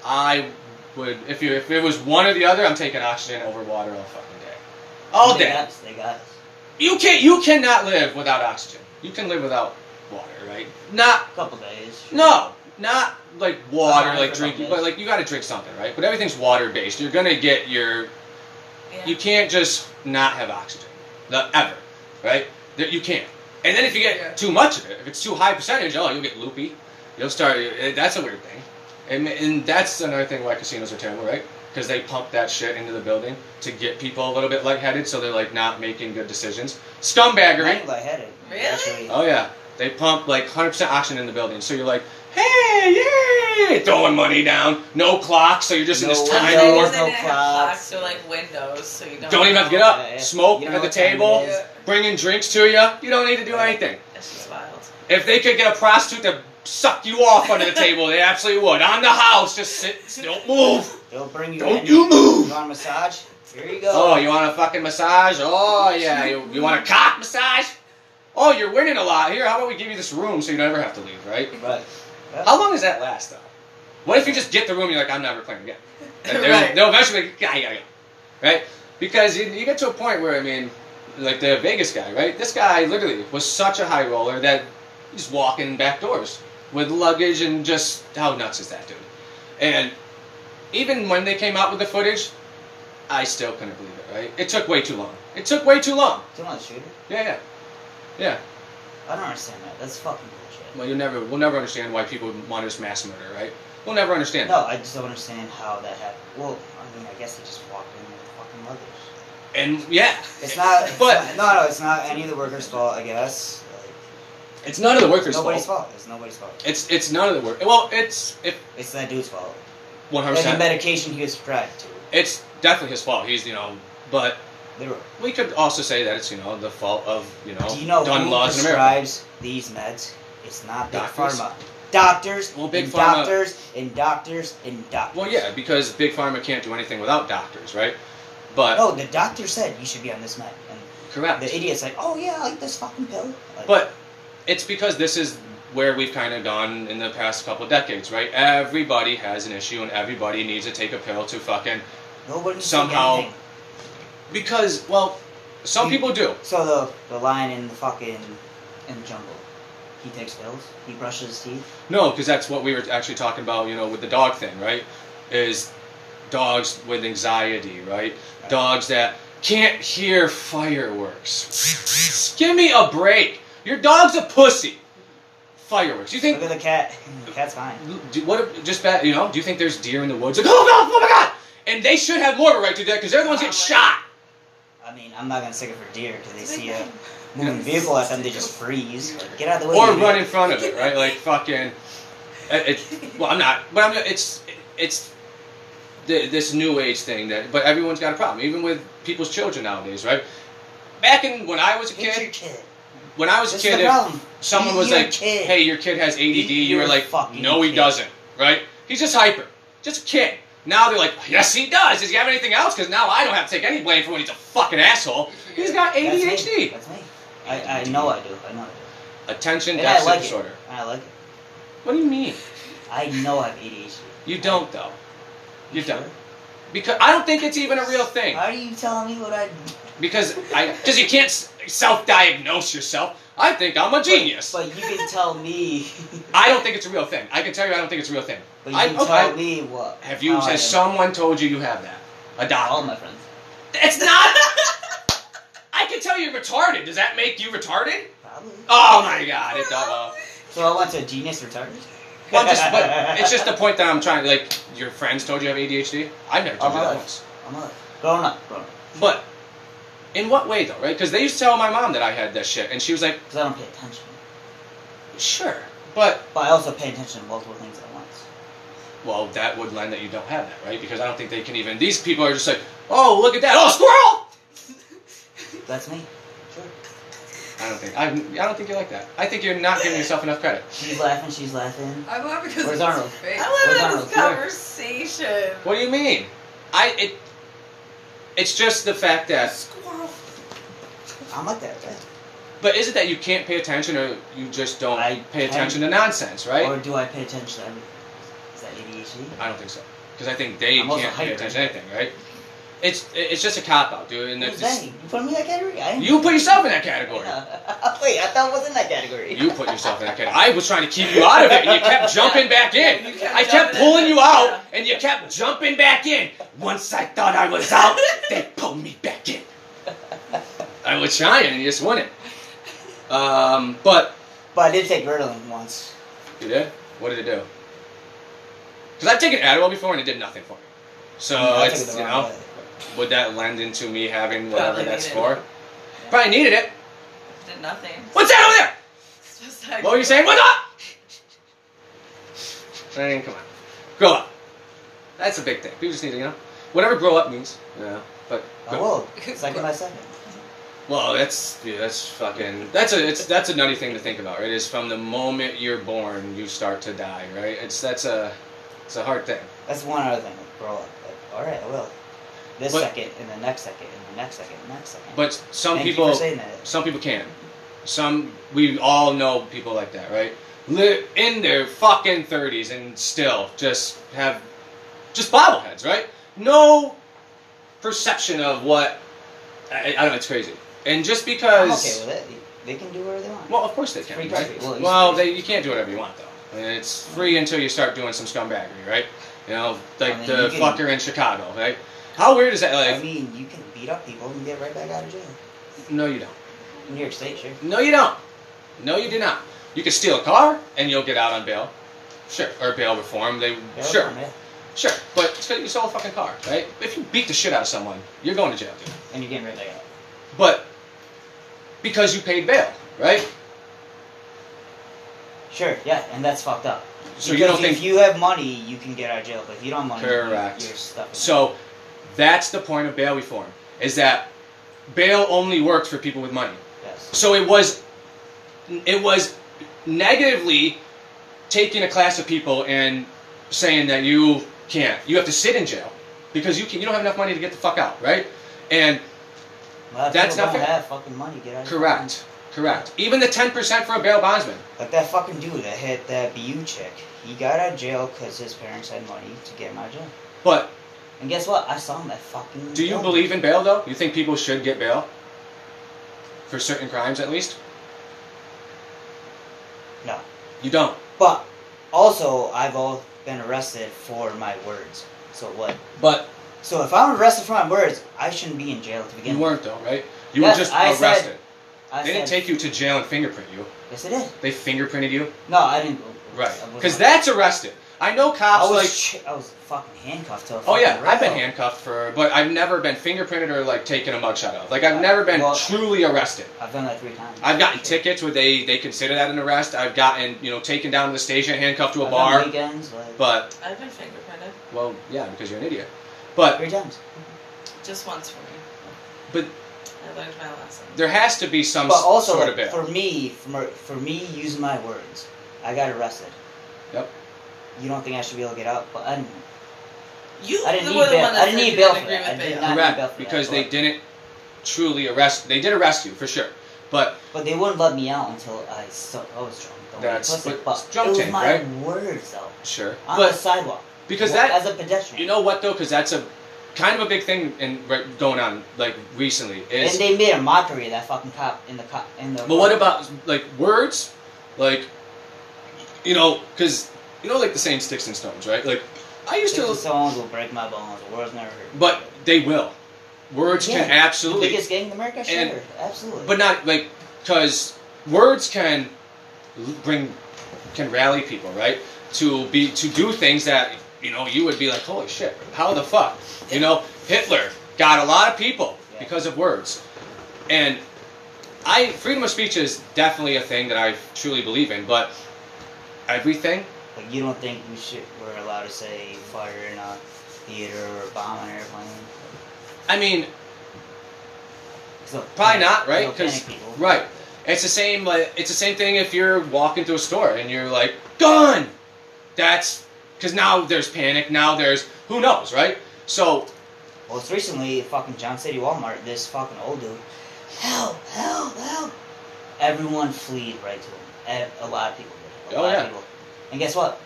Speaker 1: I would if you if it was one or the other, I'm taking oxygen over water all fucking day, all
Speaker 3: they
Speaker 1: day.
Speaker 3: Got us, they got us.
Speaker 1: You can you cannot live without oxygen. You can live without water, right? Not
Speaker 3: A couple days.
Speaker 1: no, not like water,
Speaker 3: Uh,
Speaker 1: like
Speaker 3: for
Speaker 1: drinking,
Speaker 3: some
Speaker 1: but like you got to drink something, right? But everything's water based. You're gonna get your
Speaker 2: Yeah.
Speaker 1: you can't just not have oxygen, the, ever, right? That you can't. And then if you get
Speaker 4: Yeah.
Speaker 1: too much of it, if it's too high percentage, oh, you'll get loopy. You'll start. eh, That's a weird thing, and, and that's another thing why casinos are terrible, right? Because they pump that shit into the building to get people a little bit lightheaded, so they're like not making good decisions. Scumbaggery.
Speaker 3: I lightheaded.
Speaker 2: Really?
Speaker 3: Actually,
Speaker 1: Oh yeah, they pump like 100% oxygen in the building, so you're like, hey, yay, throwing money down, no clock, so you're just in
Speaker 3: No
Speaker 1: this
Speaker 3: window.
Speaker 1: time
Speaker 2: They
Speaker 3: know,
Speaker 1: warp.
Speaker 2: didn't
Speaker 3: no
Speaker 2: have
Speaker 3: clocks.
Speaker 2: clocks or like windows, so you don't.
Speaker 1: Don't even have to get
Speaker 3: Yeah, yeah.
Speaker 1: up. Smoke
Speaker 3: You don't
Speaker 1: at
Speaker 3: know
Speaker 1: the
Speaker 3: what time it
Speaker 1: table,
Speaker 3: is.
Speaker 1: bringing drinks to you. You don't need to do anything.
Speaker 2: It's just wild.
Speaker 1: If they could get a prostitute to suck you off under the table, they absolutely would. On the house, just sit, don't move.
Speaker 3: They'll bring you
Speaker 1: Don't
Speaker 3: in.
Speaker 1: you move.
Speaker 3: You want a massage? Here you go.
Speaker 1: Oh, you want a fucking massage? Oh yeah, you, you want a cock massage? Oh, you're winning a lot here. How about we give you this room so you never have to leave, right?
Speaker 3: Right.
Speaker 1: How long does that last though? What if you just get the room? and You're like, I'm never playing again. And they're-
Speaker 4: Right.
Speaker 1: They'll eventually, like, yeah, yeah, yeah, right? Because you, you get to a point where I mean, like the Vegas guy, right? This guy literally was such a high roller that he's walking back doors with luggage and just how nuts is that dude? And even when they came out with the footage, I still couldn't believe it. Right? It took way too long. It took way too long.
Speaker 3: Do you want a shooter?
Speaker 1: Yeah, yeah, yeah.
Speaker 3: I don't understand that. That's fucking bullshit.
Speaker 1: Well, you never, we'll never understand why people would want this mass murder, right? We'll never understand.
Speaker 3: No, I just don't understand how that happened. Well, I mean, I guess they just walked in with fucking luggage.
Speaker 1: And yeah,
Speaker 3: It's not. It's
Speaker 1: But-
Speaker 3: not- no, no, it's not any of the workers' fault. I guess. Like,
Speaker 1: it's none of the workers'
Speaker 3: nobody's
Speaker 1: fault.
Speaker 3: fault. It's nobody's fault.
Speaker 1: It's it's none of the work. Well, it's if
Speaker 3: It's that dude's fault.
Speaker 1: one hundred
Speaker 3: And the
Speaker 1: percent.
Speaker 3: medication he was prescribed to.
Speaker 1: It's definitely his fault. He's you know, but
Speaker 3: Literally.
Speaker 1: we could also say that it's you know the fault of you know,
Speaker 3: Do you know
Speaker 1: gun
Speaker 3: who
Speaker 1: laws in America.
Speaker 3: prescribes these meds? It's not big
Speaker 1: Doctors?
Speaker 3: pharma. Doctors.
Speaker 1: Well, Big
Speaker 3: and
Speaker 1: Pharma-
Speaker 3: Doctors and doctors and doctors.
Speaker 1: Well, yeah, because big pharma can't do anything without doctors, right? But
Speaker 3: No, the doctor said you should be on this med, and
Speaker 1: correct.
Speaker 3: Oh, the idiot's like, "Oh yeah, I like this fucking pill." Like,
Speaker 1: But it's because this is where we've kind of gone in the past couple decades, right? Everybody has an issue, and everybody needs to take a pill to fucking
Speaker 3: nobody needs to take
Speaker 1: somehow-
Speaker 3: anything.
Speaker 1: because well, some
Speaker 3: You-
Speaker 1: people do.
Speaker 3: So the the lion in the fucking in the jungle, he takes pills. He brushes his teeth.
Speaker 1: No, because that's what we were actually talking about, you know, with the dog thing, right? Is dogs with anxiety, right? Dogs that can't hear fireworks. Give me a break. Your dog's a pussy. Fireworks. You
Speaker 3: Look
Speaker 1: think
Speaker 3: at the cat. The cat's fine.
Speaker 1: do- what? if- Just bad, you know? Do you think there's deer in the woods? Like, oh no! Oh my god! And they should have more of a right to that because they're the ones getting shot.
Speaker 3: I mean, I'm not gonna stick it for deer because they see a moving vehicle at them, they just freeze. Get out of the way.
Speaker 1: or
Speaker 3: you
Speaker 1: run
Speaker 3: idiot.
Speaker 1: in front of it, right? Like fucking. it- It's well, I'm not, but I'm. It's it's the, this new age thing that, but everyone's got a problem, even with people's children nowadays, right? Back in when I was a
Speaker 3: Hit
Speaker 1: kid,
Speaker 3: your kid.
Speaker 1: when I was a
Speaker 3: This
Speaker 1: kid,
Speaker 3: is the
Speaker 1: if
Speaker 3: problem.
Speaker 1: someone
Speaker 3: He's
Speaker 1: was
Speaker 3: your
Speaker 1: like,
Speaker 3: kid.
Speaker 1: "Hey, your kid has ADD," you
Speaker 3: You're
Speaker 1: were
Speaker 3: a
Speaker 1: like,
Speaker 3: fucking
Speaker 1: "No, he
Speaker 3: kid."
Speaker 1: doesn't," right? He's just hyper, just a kid. Now they're like, "Yes, he does." Does he have anything else? Because now I don't have to take any blame for when he's a fucking asshole. He's got
Speaker 3: That's me.
Speaker 1: ADHD,
Speaker 3: That's me. I, I know I do. I know I do.
Speaker 1: attention
Speaker 3: And I
Speaker 1: deficit
Speaker 3: like it.
Speaker 1: disorder.
Speaker 3: And I like it.
Speaker 1: What do you mean?
Speaker 3: I know I have ADHD.
Speaker 1: You don't though. You
Speaker 3: sure?
Speaker 1: don't because I don't think it's even a real thing.
Speaker 3: How are you telling me what I?
Speaker 1: Because I because you can't s- self-diagnose yourself. I think I'm a genius.
Speaker 3: But you can tell me.
Speaker 1: I don't think it's a real thing. I can tell you I don't think it's a real thing.
Speaker 3: But you
Speaker 1: I-
Speaker 3: can
Speaker 1: okay.
Speaker 3: tell me what.
Speaker 1: Have you
Speaker 3: how I
Speaker 1: has
Speaker 3: am. Um,
Speaker 1: someone told you you have that? A
Speaker 3: All
Speaker 1: doc?
Speaker 3: my friends.
Speaker 1: It's not. I can tell you're retarded. Does that make you retarded?
Speaker 3: Probably.
Speaker 1: Oh my god! It does.
Speaker 3: So I went to genius retarded.
Speaker 1: Well, just, but it's just the point that I'm trying. Like your friends told you have ADHD. I've never told you
Speaker 3: Uh-huh.
Speaker 1: that once.
Speaker 3: I'm a grown up, grown up.
Speaker 1: But in what way though, right? Because they used to tell my mom that I had that shit, and she was like,
Speaker 3: Because I don't pay attention.
Speaker 1: "Sure," but
Speaker 3: But I also pay attention to multiple things at once.
Speaker 1: well, that would lend that you don't have that, right? Because I don't think they can even. These people are just like, "Oh, look at that! Oh, squirrel!"
Speaker 3: That's me. Sure.
Speaker 1: I don't think I, I don't think you're like that. I think you're not giving yourself enough credit.
Speaker 3: She's laughing. She's laughing.
Speaker 4: I'm laughing because
Speaker 3: Where's
Speaker 4: it's
Speaker 3: Arnold?
Speaker 4: fake.
Speaker 1: Oh,
Speaker 3: Where's
Speaker 2: I love
Speaker 3: Arnold?
Speaker 2: this conversation.
Speaker 1: What do you mean? I it. It's just the fact that,
Speaker 2: Squirrel.
Speaker 3: I'm like that, right?
Speaker 1: but is it that you can't pay attention or you just don't
Speaker 3: I Oh,
Speaker 1: pay
Speaker 3: can-
Speaker 1: attention to nonsense, right?
Speaker 3: Or do I pay attention to everything? Is that ADHD?
Speaker 1: I don't think so, because I think they
Speaker 3: I'm also
Speaker 1: can't pay
Speaker 3: hyper.
Speaker 1: attention to anything, right? It's it's just a cop out, dude. And
Speaker 3: Who's
Speaker 1: it's,
Speaker 3: that? You put me in that category? I didn't
Speaker 1: you put yourself in that category.
Speaker 3: Wait, I thought it was in that category.
Speaker 1: You put yourself in that category. I was trying to keep you out of it, and you kept jumping back in.
Speaker 2: You kept
Speaker 1: I kept
Speaker 2: jumping
Speaker 1: pulling
Speaker 2: in.
Speaker 1: you out, and you kept jumping back in. Once I thought I was out, they pulled me back in. I was trying, and you just wouldn't. Um, but
Speaker 3: But I did take Ritalin once.
Speaker 1: you did. What did it do? Because I've taken Adderall before, and it did nothing for me. So
Speaker 3: I took it
Speaker 1: it's
Speaker 3: the
Speaker 1: you
Speaker 3: wrong
Speaker 1: know,
Speaker 3: way.
Speaker 1: would that lend into me having whatever
Speaker 2: Probably
Speaker 1: that's
Speaker 2: needed
Speaker 1: for? Probably needed it.
Speaker 2: Did nothing.
Speaker 1: What's that over
Speaker 2: It's just
Speaker 1: there?
Speaker 2: like-
Speaker 1: What were you saying? What's up? I mean, come on, grow up. That's a big thing. People just need to you know, whatever grow up means. Yeah, but
Speaker 3: I will. Second by second.
Speaker 1: Well, that's dude, that's fucking that's a it's that's a nutty thing to think about. Right? Is from the moment you're born, you start to die. Right? It's that's a it's a hard thing.
Speaker 3: That's one other thing. Like, grow up. Like, all right, I will. This
Speaker 1: But-
Speaker 3: second, and the next second, and the next second, and the next second.
Speaker 1: But some
Speaker 3: Thank
Speaker 1: people
Speaker 3: you for saying that.
Speaker 1: Some people can. Some we all know people like that, right? Live in their fucking thirties and still just have just bobbleheads, right? No perception of what I, I don't know. It's crazy. And just
Speaker 3: I'm
Speaker 1: because,
Speaker 3: okay with it. They can do whatever they want.
Speaker 1: well, of course they can.
Speaker 3: Free
Speaker 1: right?
Speaker 3: country. Well,
Speaker 1: Well,
Speaker 3: it's free.
Speaker 1: they, you can't do whatever you want though. And it's free until you start doing some scumbaggery, right? You know, like
Speaker 3: I mean,
Speaker 1: the
Speaker 3: you can-
Speaker 1: fucker in Chicago, right? How weird is that? Like,
Speaker 3: I mean, you can beat up people and get right back out of jail.
Speaker 1: no, you don't.
Speaker 3: In New York State, sure.
Speaker 1: No, you don't. No, you do not. You can steal a car and you'll get out on bail. Sure. Or bail reform. eh? They
Speaker 3: Yeah,
Speaker 1: sure,
Speaker 3: yeah.
Speaker 1: sure. But it's 'cause you stole a fucking car, right? If you beat the shit out of someone, you're going to jail, dude.
Speaker 3: And you're getting right back out.
Speaker 1: But because you paid bail, right?
Speaker 3: Sure, yeah, and that's fucked up.
Speaker 1: So
Speaker 3: because
Speaker 1: you don't
Speaker 3: if
Speaker 1: think
Speaker 3: you have money, you can get out of jail. But if you don't have money, you-
Speaker 1: Correct.
Speaker 3: you're stuck. in jail.
Speaker 1: So that's the point of bail reform is that bail only works for people with money.
Speaker 3: yes.
Speaker 1: So it was, it was negatively taking a class of people and saying that you can't, you have to sit in jail because you can, you don't have enough money to get the fuck out, right? And
Speaker 3: Well, if
Speaker 1: that's
Speaker 3: people
Speaker 1: not
Speaker 3: don't
Speaker 1: fair.
Speaker 3: have fucking money. Get out. of jail.
Speaker 1: correct, correct. Even the ten percent for a bail bondsman.
Speaker 3: Like that fucking dude that hit that BU chick. He got out of jail because his parents had money to get him out of jail.
Speaker 1: But
Speaker 3: And guess what? I saw him at fucking.
Speaker 1: do you
Speaker 3: jail.
Speaker 1: believe in bail though? You think people should get bail for certain crimes at least?
Speaker 3: No.
Speaker 1: You don't.
Speaker 3: But also, I've all been arrested for my words. So what?
Speaker 1: But
Speaker 3: So if I'm arrested for my words, I shouldn't be in jail to begin.
Speaker 1: you
Speaker 3: with.
Speaker 1: weren't though, right? You
Speaker 3: Yes,
Speaker 1: were just
Speaker 3: I said-
Speaker 1: arrested.
Speaker 3: I
Speaker 1: they didn't
Speaker 3: said-
Speaker 1: take you to jail and fingerprint you.
Speaker 3: Yes, I did.
Speaker 1: They fingerprinted you.
Speaker 3: No, I didn't.
Speaker 1: Right.
Speaker 3: I wasn't-
Speaker 1: Because that's arrested. I know
Speaker 3: I
Speaker 1: cops
Speaker 3: was,
Speaker 1: like.
Speaker 3: ch- I was fucking handcuffed to a
Speaker 1: Oh yeah,
Speaker 3: fucking
Speaker 1: I've been
Speaker 3: rail.
Speaker 1: handcuffed for, but I've never been fingerprinted or like taken a mugshot of. Like I've never been
Speaker 3: Well-
Speaker 1: truly arrested.
Speaker 3: I've done that three times.
Speaker 1: I've gotten tickets where they they consider that an arrest. I've gotten you know taken down to the station, handcuffed to a
Speaker 3: I've done
Speaker 1: bar.
Speaker 3: Weekends, like,
Speaker 1: But
Speaker 2: I've been fingerprinted
Speaker 1: well, yeah, because you're an idiot. But
Speaker 3: three times.
Speaker 2: just once for me.
Speaker 1: but
Speaker 2: I learned my lesson.
Speaker 1: there has to be some
Speaker 3: But also,
Speaker 1: sort of
Speaker 3: like,
Speaker 1: bail.
Speaker 3: for me, for, for me using my words, I got arrested.
Speaker 1: Yep.
Speaker 3: You don't think I should be able to get out? But I didn't.
Speaker 2: You
Speaker 3: I didn't
Speaker 2: were
Speaker 3: need
Speaker 2: the
Speaker 3: bail.
Speaker 2: one that
Speaker 3: I didn't
Speaker 2: said
Speaker 3: need
Speaker 2: you
Speaker 3: bail
Speaker 2: didn't
Speaker 3: for
Speaker 2: agree
Speaker 3: that. I
Speaker 2: with
Speaker 3: did
Speaker 2: bail.
Speaker 3: not- need bail
Speaker 1: Correct,
Speaker 3: for that,
Speaker 1: because they
Speaker 3: but-
Speaker 1: didn't truly arrest. They did arrest you for sure, but
Speaker 3: But they wouldn't let me out until I so I was drunk. Don't
Speaker 1: That's
Speaker 3: be pussy,
Speaker 1: what-
Speaker 3: but
Speaker 1: drunk
Speaker 3: it was
Speaker 1: tank,
Speaker 3: my
Speaker 1: right?
Speaker 3: words though
Speaker 1: sure.
Speaker 3: on
Speaker 1: but
Speaker 3: the sidewalk.
Speaker 1: because
Speaker 3: Well,
Speaker 1: that
Speaker 3: as a pedestrian,
Speaker 1: You know what though, because that's a kind of a big thing in right, going on like recently
Speaker 3: and
Speaker 1: is.
Speaker 3: they made a mockery of that fucking cop in the cop in the.
Speaker 1: but what about like words, like you know, because you know, like the same sticks and stones, right? Like I used
Speaker 3: Sticks
Speaker 1: to,
Speaker 3: and stones will break my bones. Words never hurt.
Speaker 1: but they will. Words
Speaker 3: Yeah,
Speaker 1: can
Speaker 3: the
Speaker 1: absolutely,
Speaker 3: the biggest gang in America, sure,
Speaker 1: And-
Speaker 3: absolutely.
Speaker 1: but not like because words can l- bring can rally people right to be to do things that you know you would be like holy shit how the fuck you know hitler got a lot of people
Speaker 3: Yeah.
Speaker 1: because of words and i freedom of speech is definitely a thing that i truly believe in but everything
Speaker 3: Like you don't think we should we're allowed to say fire in a theater or bomb an airplane?
Speaker 1: i mean
Speaker 3: So,
Speaker 1: Probably not, right?
Speaker 3: Because
Speaker 1: 'Cause- right It's the same like it's the same thing if you're walking through a store and you're like gun. That's because now there's panic. Now there's who knows, right? So
Speaker 3: Well, it's recently at fucking John City Walmart. This fucking old dude. Help! Help! Help! Everyone fleed right to him. Ev- A lot of people did. A
Speaker 1: Oh,
Speaker 3: lot
Speaker 1: yeah.
Speaker 3: of people. And guess what?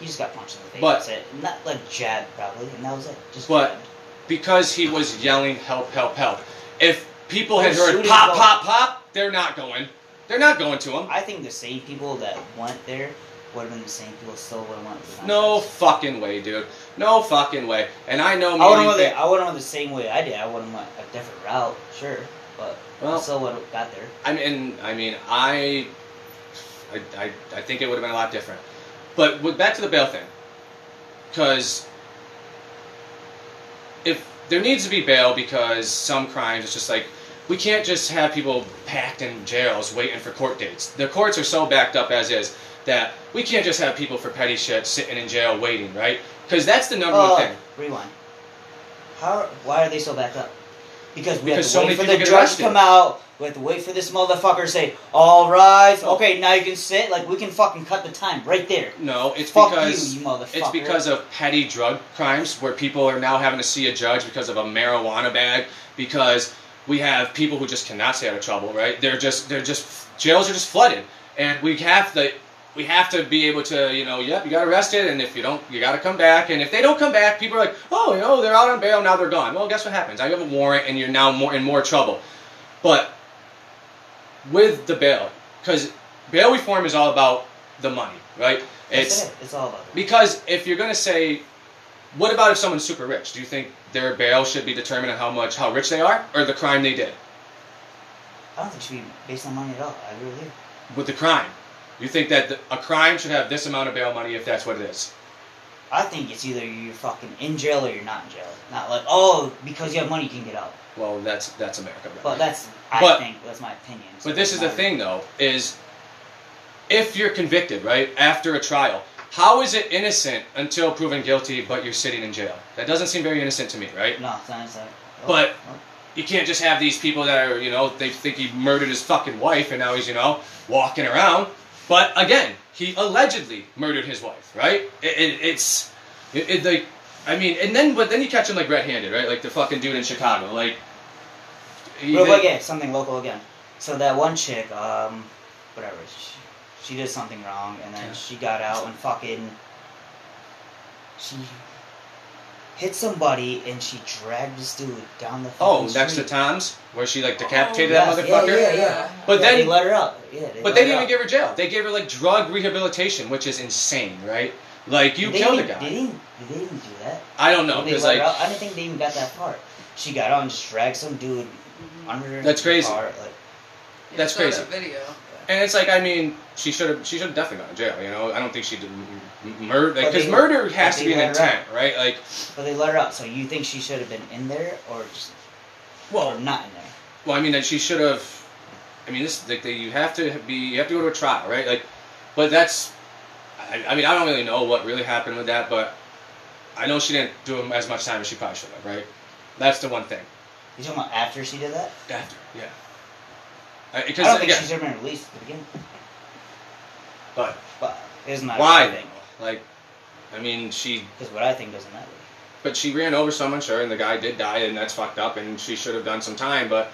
Speaker 3: He just got punched in the face.
Speaker 1: But-
Speaker 3: That's it. Not like jab, probably, and that was it. Just
Speaker 1: But-
Speaker 3: jabbed.
Speaker 1: because he was yelling help, help, help. If people had
Speaker 3: They're
Speaker 1: heard
Speaker 3: shooting
Speaker 1: pop,
Speaker 3: both.
Speaker 1: pop, pop, they're not going. They're not going to him.
Speaker 3: I think the same people that went there would have been the same people still would have went. to the
Speaker 1: No
Speaker 3: contest.
Speaker 1: fucking way, dude. No fucking way. And I know.
Speaker 3: I would
Speaker 1: meeting
Speaker 3: have went.
Speaker 1: thing-
Speaker 3: I would have went the same way I did. I would have went a different route, sure, but I
Speaker 1: Well,
Speaker 3: still would have got there.
Speaker 1: I mean, I mean, I, I, I, I think it would have been a lot different. But with, back to the bail thing, because if there needs to be bail, because some crimes, it's just like we can't just have people packed in jails waiting for court dates. The courts are so backed up as is that we can't just have people for petty shit sitting in jail waiting, right? Because that's the number
Speaker 3: Oh,
Speaker 1: one thing.
Speaker 3: rewind. How? Why are they so backed up? Because we have
Speaker 1: Because
Speaker 3: to
Speaker 1: so many
Speaker 3: wait for
Speaker 1: people
Speaker 3: the
Speaker 1: get
Speaker 3: judge to
Speaker 1: arrested.
Speaker 3: come out. We have to wait for this motherfucker to say, "All rise,
Speaker 1: Oh.
Speaker 3: okay, now you can sit." Like we can fucking cut the time right there.
Speaker 1: No, it's
Speaker 3: Fuck
Speaker 1: because
Speaker 3: you, you motherfucker.
Speaker 1: It's because of petty drug crimes where people are now having to see a judge because of a marijuana bag. Because we have people who just cannot stay out of trouble, right? They're just they're just jails are just flooded, and we have to we have to be able to you know yep you got arrested and if you don't you got to come back and if they don't come back people are like oh you know they're out on bail now they're gone well guess what happens I have a warrant and you're now more in more trouble, but with the bail because bail reform is all about the money, right?
Speaker 3: That's it. it's all about. It.
Speaker 1: Because if you're gonna say, what about if someone's super rich? Do you think their bail should be determined on how much how rich they are or the crime they did
Speaker 3: I don't think it should be based on money at all. I really do.
Speaker 1: with the crime? You think that the, a crime should have this amount of bail money if that's what it is?
Speaker 3: I think it's either you're fucking in jail or you're not in jail. Not like oh because you have money you can get out.
Speaker 1: Well, that's that's America. Right?
Speaker 3: But that's I
Speaker 1: But-
Speaker 3: think that's my opinion. So
Speaker 1: But this is the
Speaker 3: my-
Speaker 1: thing, though, is if you're convicted, right, after a trial, how is it innocent until proven guilty, but you're sitting in jail? That doesn't seem very innocent to me, right?
Speaker 3: No, it's not. It's like, oh,
Speaker 1: But-
Speaker 3: oh,
Speaker 1: you can't just have these people that are, you know, they think he murdered his fucking wife and now he's, you know, walking around. But again, he allegedly murdered his wife, right? It, it, it's, it, it, like, I mean, and then, but then you catch him like red-handed, right? Like the fucking dude in Chicago, like. he-
Speaker 3: Real quick, yeah, something local again. So that one chick, um, whatever, she, she did something wrong, and then
Speaker 1: Yeah.
Speaker 3: she got out and fucking, she hit somebody, and she dragged this dude down the.
Speaker 1: oh,
Speaker 3: fucking
Speaker 1: next to
Speaker 3: street.
Speaker 1: Tom's, where she like decapitated
Speaker 3: Oh, yes,
Speaker 1: that
Speaker 3: yeah,
Speaker 1: motherfucker.
Speaker 3: yeah,
Speaker 1: But
Speaker 3: Yeah,
Speaker 1: then,
Speaker 3: they let her out. Yeah,
Speaker 1: but they
Speaker 3: let her
Speaker 1: didn't
Speaker 3: out.
Speaker 1: even give her jail. They gave her like drug rehabilitation, which is insane, right? Like you
Speaker 3: They
Speaker 1: killed a
Speaker 3: didn't- They
Speaker 1: guy.
Speaker 3: didn't. They didn't do that.
Speaker 1: I don't know
Speaker 3: they let
Speaker 1: because
Speaker 3: her
Speaker 1: like
Speaker 3: out. I didn't think they even got that far. She got out and just dragged some dude under her.
Speaker 1: That's crazy.
Speaker 3: Car, like,
Speaker 1: That's
Speaker 4: saw that
Speaker 1: crazy.
Speaker 4: video.
Speaker 1: And it's like, I mean, she should have, she should have definitely gone to jail. You know, I don't think she did m- m- murder,
Speaker 3: But
Speaker 1: because
Speaker 3: they-
Speaker 1: murder has
Speaker 3: but
Speaker 1: to
Speaker 3: they
Speaker 1: be an
Speaker 3: let her out.
Speaker 1: intent, right? Like,
Speaker 3: but they let her out. So you think she should have been in there, or just or
Speaker 1: well,
Speaker 3: not in there?
Speaker 1: well, I mean, then she should have. I mean, this like they, you have to be, you have to go to a trial, right? Like, but that's, I, I mean, I don't really know what really happened with that, but I know she didn't do him as much time as she probably should have, right? That's the one thing.
Speaker 3: You talking about after she did that?
Speaker 1: After, yeah. Uh,
Speaker 3: I don't
Speaker 1: Because
Speaker 3: think
Speaker 1: again,
Speaker 3: she's ever been released at the beginning.
Speaker 1: but
Speaker 3: But it doesn't matter.
Speaker 1: Why?
Speaker 3: What I think.
Speaker 1: like, I mean, she
Speaker 3: Because what I think doesn't matter.
Speaker 1: but she ran over someone, sure, and the guy did die, and that's fucked up, and she should have done some time, but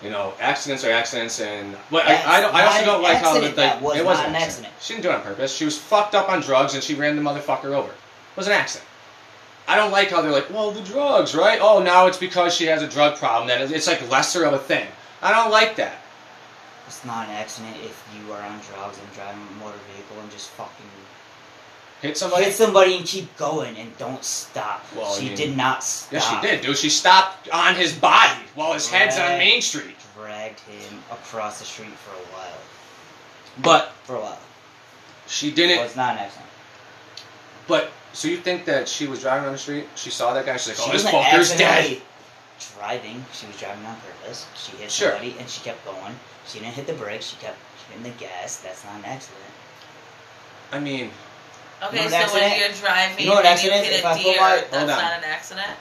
Speaker 1: you know, accidents are accidents, and but
Speaker 3: That's
Speaker 1: I, I don't. I also
Speaker 3: not
Speaker 1: don't
Speaker 3: an
Speaker 1: like how
Speaker 3: accident.
Speaker 1: the- like,
Speaker 3: That was
Speaker 1: it was
Speaker 3: not
Speaker 1: an
Speaker 3: an
Speaker 1: accident.
Speaker 3: accident.
Speaker 1: She didn't do it on purpose. She was fucked up on drugs, and she ran the motherfucker over. It was an accident. I don't like how they're like, well, the drugs, right? Oh, now it's because she has a drug problem that it's like lesser of a thing. I don't like that.
Speaker 3: It's not an accident if you are on drugs and driving a motor vehicle and just fucking
Speaker 1: Hit somebody.
Speaker 3: hit somebody and keep going and don't stop.
Speaker 1: Well, I
Speaker 3: she
Speaker 1: mean-
Speaker 3: did not stop.
Speaker 1: Yes, she did, dude. She stopped on his body while his head's on
Speaker 3: Right.
Speaker 1: Main Street.
Speaker 3: Dragged him across the street for a while.
Speaker 1: But
Speaker 3: For a while.
Speaker 1: she
Speaker 3: It
Speaker 1: didn't
Speaker 3: was not an accident.
Speaker 1: But so you think that she was driving on the street? She saw that guy. She's like, "Oh,
Speaker 3: she
Speaker 1: this
Speaker 3: wasn't
Speaker 1: fucker's dead."
Speaker 3: accidentally Driving, she was driving on purpose. She hit
Speaker 1: Sure.
Speaker 3: somebody and she kept going. She didn't hit the brakes. She kept hitting the gas. That's not an accident.
Speaker 1: I mean,
Speaker 2: Okay,
Speaker 3: You know what an
Speaker 2: so
Speaker 3: accident-
Speaker 2: when you're driving
Speaker 3: you know what an
Speaker 2: and you
Speaker 3: accident is?
Speaker 2: hit
Speaker 3: If
Speaker 2: a
Speaker 3: I pull
Speaker 2: deer,
Speaker 3: my-
Speaker 2: that's
Speaker 1: hold on.
Speaker 2: not an accident.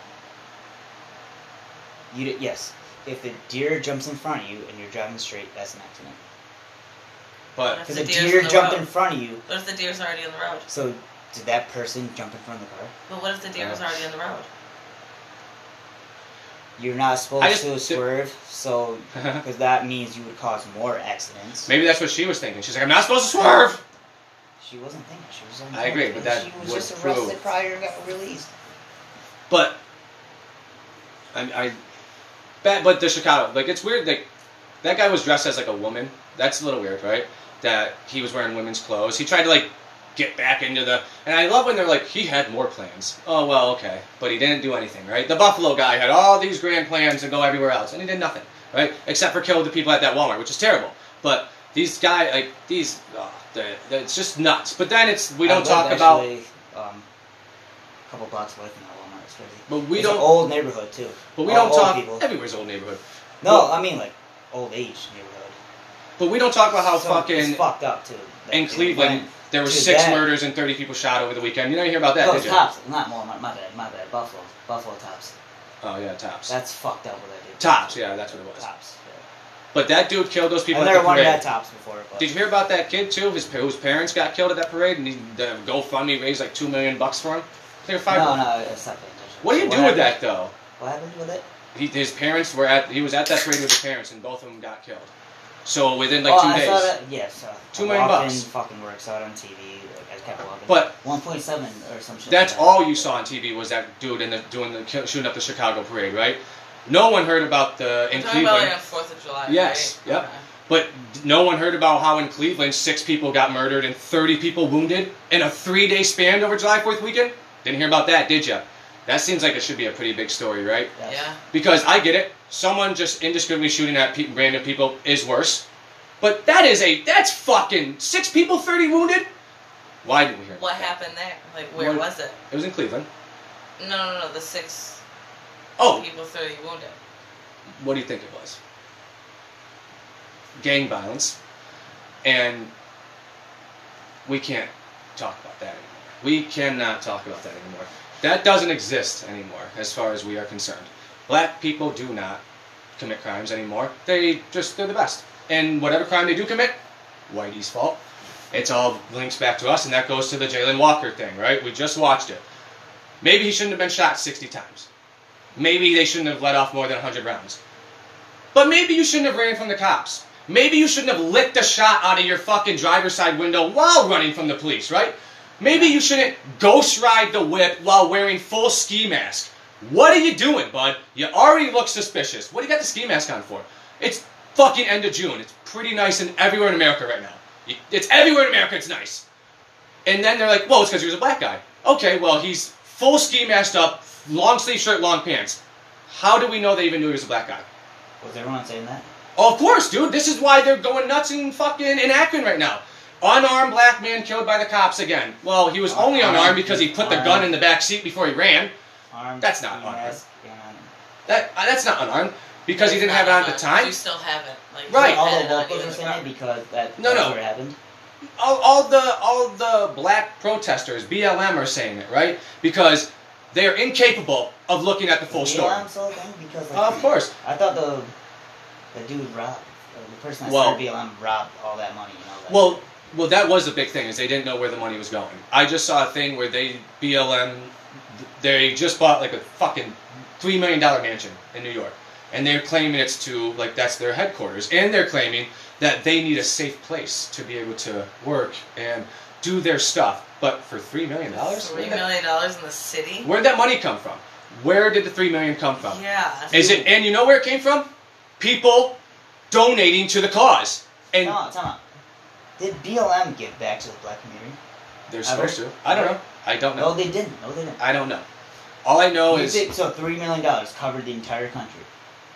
Speaker 3: You d- yes. If the deer jumps in front of you and you're driving straight, that's an accident.
Speaker 1: But
Speaker 2: If
Speaker 3: Because
Speaker 2: the
Speaker 3: a
Speaker 2: deer's
Speaker 3: deer
Speaker 2: in the
Speaker 3: jumped in
Speaker 2: road.
Speaker 3: front of you.
Speaker 2: What if the deer's already on the road?
Speaker 3: So did that person jump in front of the car?
Speaker 2: But what if the
Speaker 1: Uh,
Speaker 2: deer was already on the road?
Speaker 3: You're not supposed
Speaker 1: I just-
Speaker 3: to swerve, so because that means you would cause more accidents.
Speaker 1: maybe that's what she was thinking. She's like, I'm not supposed to swerve.
Speaker 3: She wasn't thinking. She was. on
Speaker 1: I agree, but that
Speaker 3: She was
Speaker 1: would
Speaker 3: just arrested
Speaker 1: prove-
Speaker 3: prior and got released.
Speaker 1: But I, I but, but the Chicago, like it's weird. Like that guy was dressed as like a woman. That's a little weird, right? That he was wearing women's clothes. He tried to like get back into the. And I love when they're like, he had more plans. Oh well, okay, but he didn't do anything, right? The Buffalo guy had all these grand plans to go everywhere else, and he did nothing, right? Except for kill the people at that Walmart, which is terrible. But these guy, like these, oh, they it's just nuts. But then it's we
Speaker 3: I
Speaker 1: don't
Speaker 3: lived
Speaker 1: talk about.
Speaker 3: actually, Um, a couple blocks away from that Walmart. It's crazy.
Speaker 1: But we
Speaker 3: It's an
Speaker 1: don't.
Speaker 3: old neighborhood too.
Speaker 1: But we
Speaker 3: all
Speaker 1: don't
Speaker 3: old
Speaker 1: talk.
Speaker 3: people.
Speaker 1: Everywhere's old neighborhood.
Speaker 3: No,
Speaker 1: Well-
Speaker 3: I mean like old age neighborhood.
Speaker 1: But we don't talk about how
Speaker 3: So
Speaker 1: fucking
Speaker 3: it's fucked up too. Like,
Speaker 1: in
Speaker 3: they
Speaker 1: Cleveland
Speaker 3: went-
Speaker 1: there were
Speaker 3: to
Speaker 1: six
Speaker 3: that.
Speaker 1: murders and thirty people shot over the weekend. You didn't hear about that,
Speaker 3: oh,
Speaker 1: did
Speaker 3: it's
Speaker 1: you?
Speaker 3: tops, not Walmart. My bad, my bad. Buffalo, Buffalo tops.
Speaker 1: Oh yeah, tops.
Speaker 3: That's fucked up what I did.
Speaker 1: Tops, yeah, that's what it was.
Speaker 3: Tops. Yeah.
Speaker 1: But that dude killed those people
Speaker 3: I've
Speaker 1: at
Speaker 3: never
Speaker 1: the
Speaker 3: wanted
Speaker 1: parade.
Speaker 3: that tops before. But
Speaker 1: Did you hear about that kid too? His pa- whose parents got killed at that parade, and he, the GoFundMe raised like two million bucks for him. Clear five.
Speaker 3: No, no, it's not paying attention.
Speaker 1: What do you do with
Speaker 3: happened-
Speaker 1: that though?
Speaker 3: What happened with it?
Speaker 1: He, his parents were at. He was at that parade with his parents, and both of them got killed. So within like
Speaker 3: oh,
Speaker 1: two
Speaker 3: I
Speaker 1: days.
Speaker 3: saw that. Yeah, so
Speaker 1: Two
Speaker 3: I
Speaker 1: million
Speaker 3: walked
Speaker 1: bucks.
Speaker 3: In, fucking work. Saw it on TV. Like, I kept walking.
Speaker 1: But-
Speaker 3: 1.7 or some shit.
Speaker 1: That's
Speaker 3: like that.
Speaker 1: all you saw on TV was that dude in the doing the kill- shooting up the Chicago parade, right? No one heard about the in
Speaker 2: We're talking about
Speaker 1: Cleveland.
Speaker 2: like on Fourth of July.
Speaker 1: Yes,
Speaker 2: Right?
Speaker 1: yep. But no one heard about how in Cleveland six people got murdered and 30 people wounded in a three day span over July 4th weekend? Didn't hear about that, did ya? That seems like it should be a pretty big story, right?
Speaker 3: Yes.
Speaker 2: Yeah.
Speaker 1: Because I get it. Someone just indiscriminately shooting at pe- random people is worse. But that is a. That's fucking. Six people, 30 wounded? Why didn't we hear
Speaker 2: What
Speaker 1: about that?
Speaker 2: happened there? Like, where
Speaker 1: What-
Speaker 2: was it?
Speaker 1: It was in Cleveland.
Speaker 2: No, no, no. The six
Speaker 1: Oh,
Speaker 2: people, thirty wounded.
Speaker 1: what do you think it was? Gang violence. And we can't talk about that anymore. We cannot talk about that anymore. That doesn't exist anymore as far as we are concerned. Black people do not commit crimes anymore. They just, they're the best. And whatever crime they do commit, Whitey's fault. It's all links back to us, and that goes to the Jalen Walker thing, right? We just watched it. Maybe he shouldn't have been shot 60 times. Maybe they shouldn't have let off more than 100 rounds. But maybe you shouldn't have ran from the cops. Maybe you shouldn't have licked a shot out of your fucking driver's side window while running from the police, right? Maybe you shouldn't ghost ride the whip while wearing full ski mask. What are you doing, bud? You already look suspicious. What do you got the ski mask on for? It's fucking end of June. It's pretty nice and everywhere in America right now. You- It's everywhere in America. It's nice. And then they're like, well, it's because he was a black guy. Okay, well, he's full ski masked up, long sleeve shirt, long pants. How do we know they even knew he was a black guy?
Speaker 3: Was everyone saying that?
Speaker 1: Of course, dude. This is why they're going nuts in fucking in Akron right now. Unarmed black man killed by the cops again. Well, he was only Uh, unarmed because he put the gun in the back seat before he ran.
Speaker 3: Armed.
Speaker 1: That's not
Speaker 3: ski
Speaker 1: on her.
Speaker 3: mask, and-
Speaker 1: That uh, that's not unarmed because he didn't have it on at the
Speaker 2: You
Speaker 1: time.
Speaker 2: still haven't. Like,
Speaker 1: Right.
Speaker 2: you
Speaker 3: All
Speaker 2: had
Speaker 3: the
Speaker 2: it on
Speaker 3: locals
Speaker 2: you
Speaker 3: were
Speaker 2: in the
Speaker 3: saying Oh, it
Speaker 2: car.
Speaker 3: because that.
Speaker 1: No,
Speaker 3: that's
Speaker 1: no.
Speaker 3: What happened?
Speaker 1: All, all the all the black protesters, BLM, are saying it right because they are incapable of looking at the full
Speaker 3: yeah,
Speaker 1: story.
Speaker 3: I'm so thankful because. Like,
Speaker 1: Of course.
Speaker 3: I thought the the dude robbed the person that
Speaker 1: Well-
Speaker 3: started BLM robbed all that money and all that.
Speaker 1: Well, well, that was the big thing is they didn't know where the money was going. I just saw a thing where they BLM, they just bought like a fucking three million dollar mansion in New York, and they're claiming it's to like that's their headquarters, and they're claiming that they need a safe place to be able to work and do their stuff. But for three million dollars,
Speaker 2: Three million dollars in the city.
Speaker 1: where'd that money come from? Where did the three million come from?
Speaker 2: Yeah.
Speaker 1: Is it and you know where it came from? People donating to the cause, and
Speaker 3: no, time out. Did BLM give back to the black community?
Speaker 1: they're
Speaker 3: Ever?
Speaker 1: supposed to. I don't know. I don't know.
Speaker 3: No, they didn't. No, they didn't.
Speaker 1: I don't know. All I know
Speaker 3: You
Speaker 1: is
Speaker 3: think- so three million dollars covered the entire country,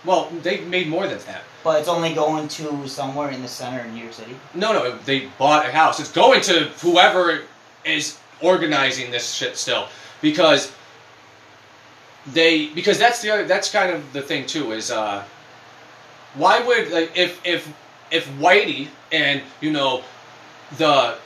Speaker 1: well, they made more than that.
Speaker 3: but it's only going to somewhere in the center of New York City.
Speaker 1: No, no, they bought a house. It's going to whoever is organizing this shit still, because they because that's the other that's kind of the thing too is uh, why would like if if if Whitey and you know the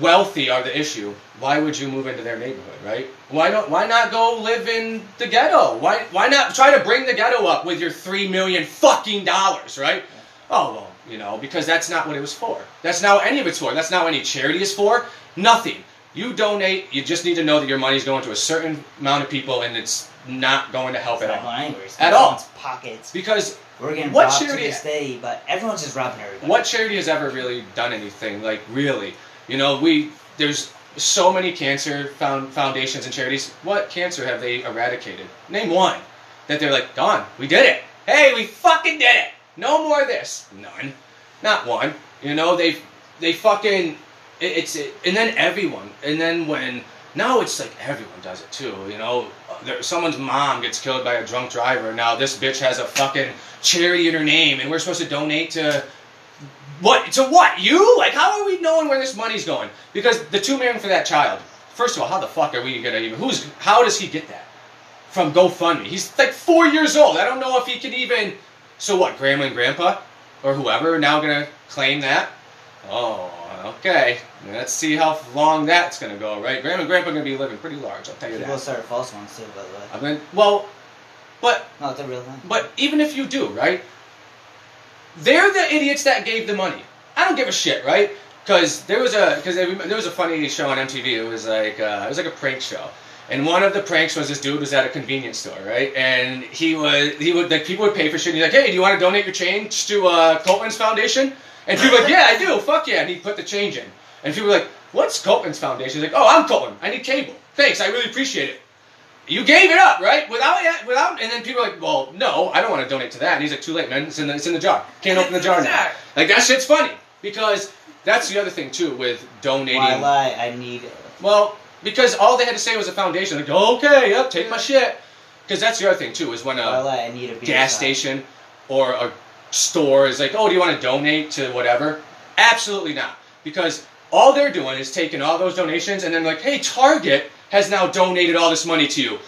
Speaker 1: wealthy are the issue, why would you move into their neighborhood, right? Why don't why not go live in the ghetto? Why why not try to bring the ghetto up with your three million fucking dollars, right? oh well, you know, because that's not what it was for. That's not what any of it's for. That's not what any charity is for. Nothing. You donate. You just need to know that your money's going to a certain amount of people, and it's not going to help
Speaker 3: It's
Speaker 1: at
Speaker 3: not
Speaker 1: all.
Speaker 3: going anywhere. It's
Speaker 1: At
Speaker 3: in
Speaker 1: all.
Speaker 3: someone's Pockets.
Speaker 1: Because
Speaker 3: We're getting
Speaker 1: What
Speaker 3: robbed
Speaker 1: charity-
Speaker 3: to this day, but everyone's just robbing everybody.
Speaker 1: what charity has ever really done anything? Like really, you know, we there's so many cancer found foundations and charities. What cancer have they eradicated? Name one that they're like, done. We did it. Hey, we fucking did it. No more of this. None. Not one. You know, they they fucking it, it's it, and then everyone and then when now it's like everyone does it too. You know, there, someone's mom gets killed by a drunk driver. Now this bitch has a fucking charity in her name, and we're supposed to donate to. What to what you like? How are we knowing where this money's going? Because the two million for that child. First of all, how the fuck are we gonna even? Who's? How does he get that? From GoFundMe. He's like four years old. I don't know if he can even. So what? Grandma and Grandpa, or whoever, are now gonna claim that. Oh, okay. Let's see how long that's gonna go, right? Grandma and Grandpa are gonna be living pretty large. I'll tell you
Speaker 3: People
Speaker 1: that.
Speaker 3: start false ones too, by the way.
Speaker 1: I mean, well, but
Speaker 3: No, it's a real thing.
Speaker 1: but even if you do, right? They're the idiots that gave the money. I don't give a shit, right? Because there was a because there was a funny show on MTV. It was like uh, it was like a prank show, and one of the pranks was this dude was at a convenience store, right? And he was he would like people would pay for shit. And he's like, hey, do you want to donate your change to uh, Coltman's Foundation? And people were like, yeah, I do. Fuck yeah. And he put the change in. And people were like, what's Coltman's Foundation? He's like, oh, I'm Coltman. I need cable. Thanks, I really appreciate it you gave it up, right? Without it, without, and then people are like, well, no, I don't want to donate to that. And he's like, too late, man. It's in the, it's in the jar. Can't open the jar now. Like that shit's funny because that's the other thing too with donating.
Speaker 3: Why lie? I need.
Speaker 1: Well, because all they had to say was a foundation. Like, okay, yep, take my shit. Because that's the other thing too is when uh,
Speaker 3: Why
Speaker 1: a
Speaker 3: lie? I need a beer
Speaker 1: gas
Speaker 3: shop.
Speaker 1: station or a store is like, oh, do you want to donate to whatever? Absolutely not, because all they're doing is taking all those donations and then like, hey, Target has now donated all this money to you.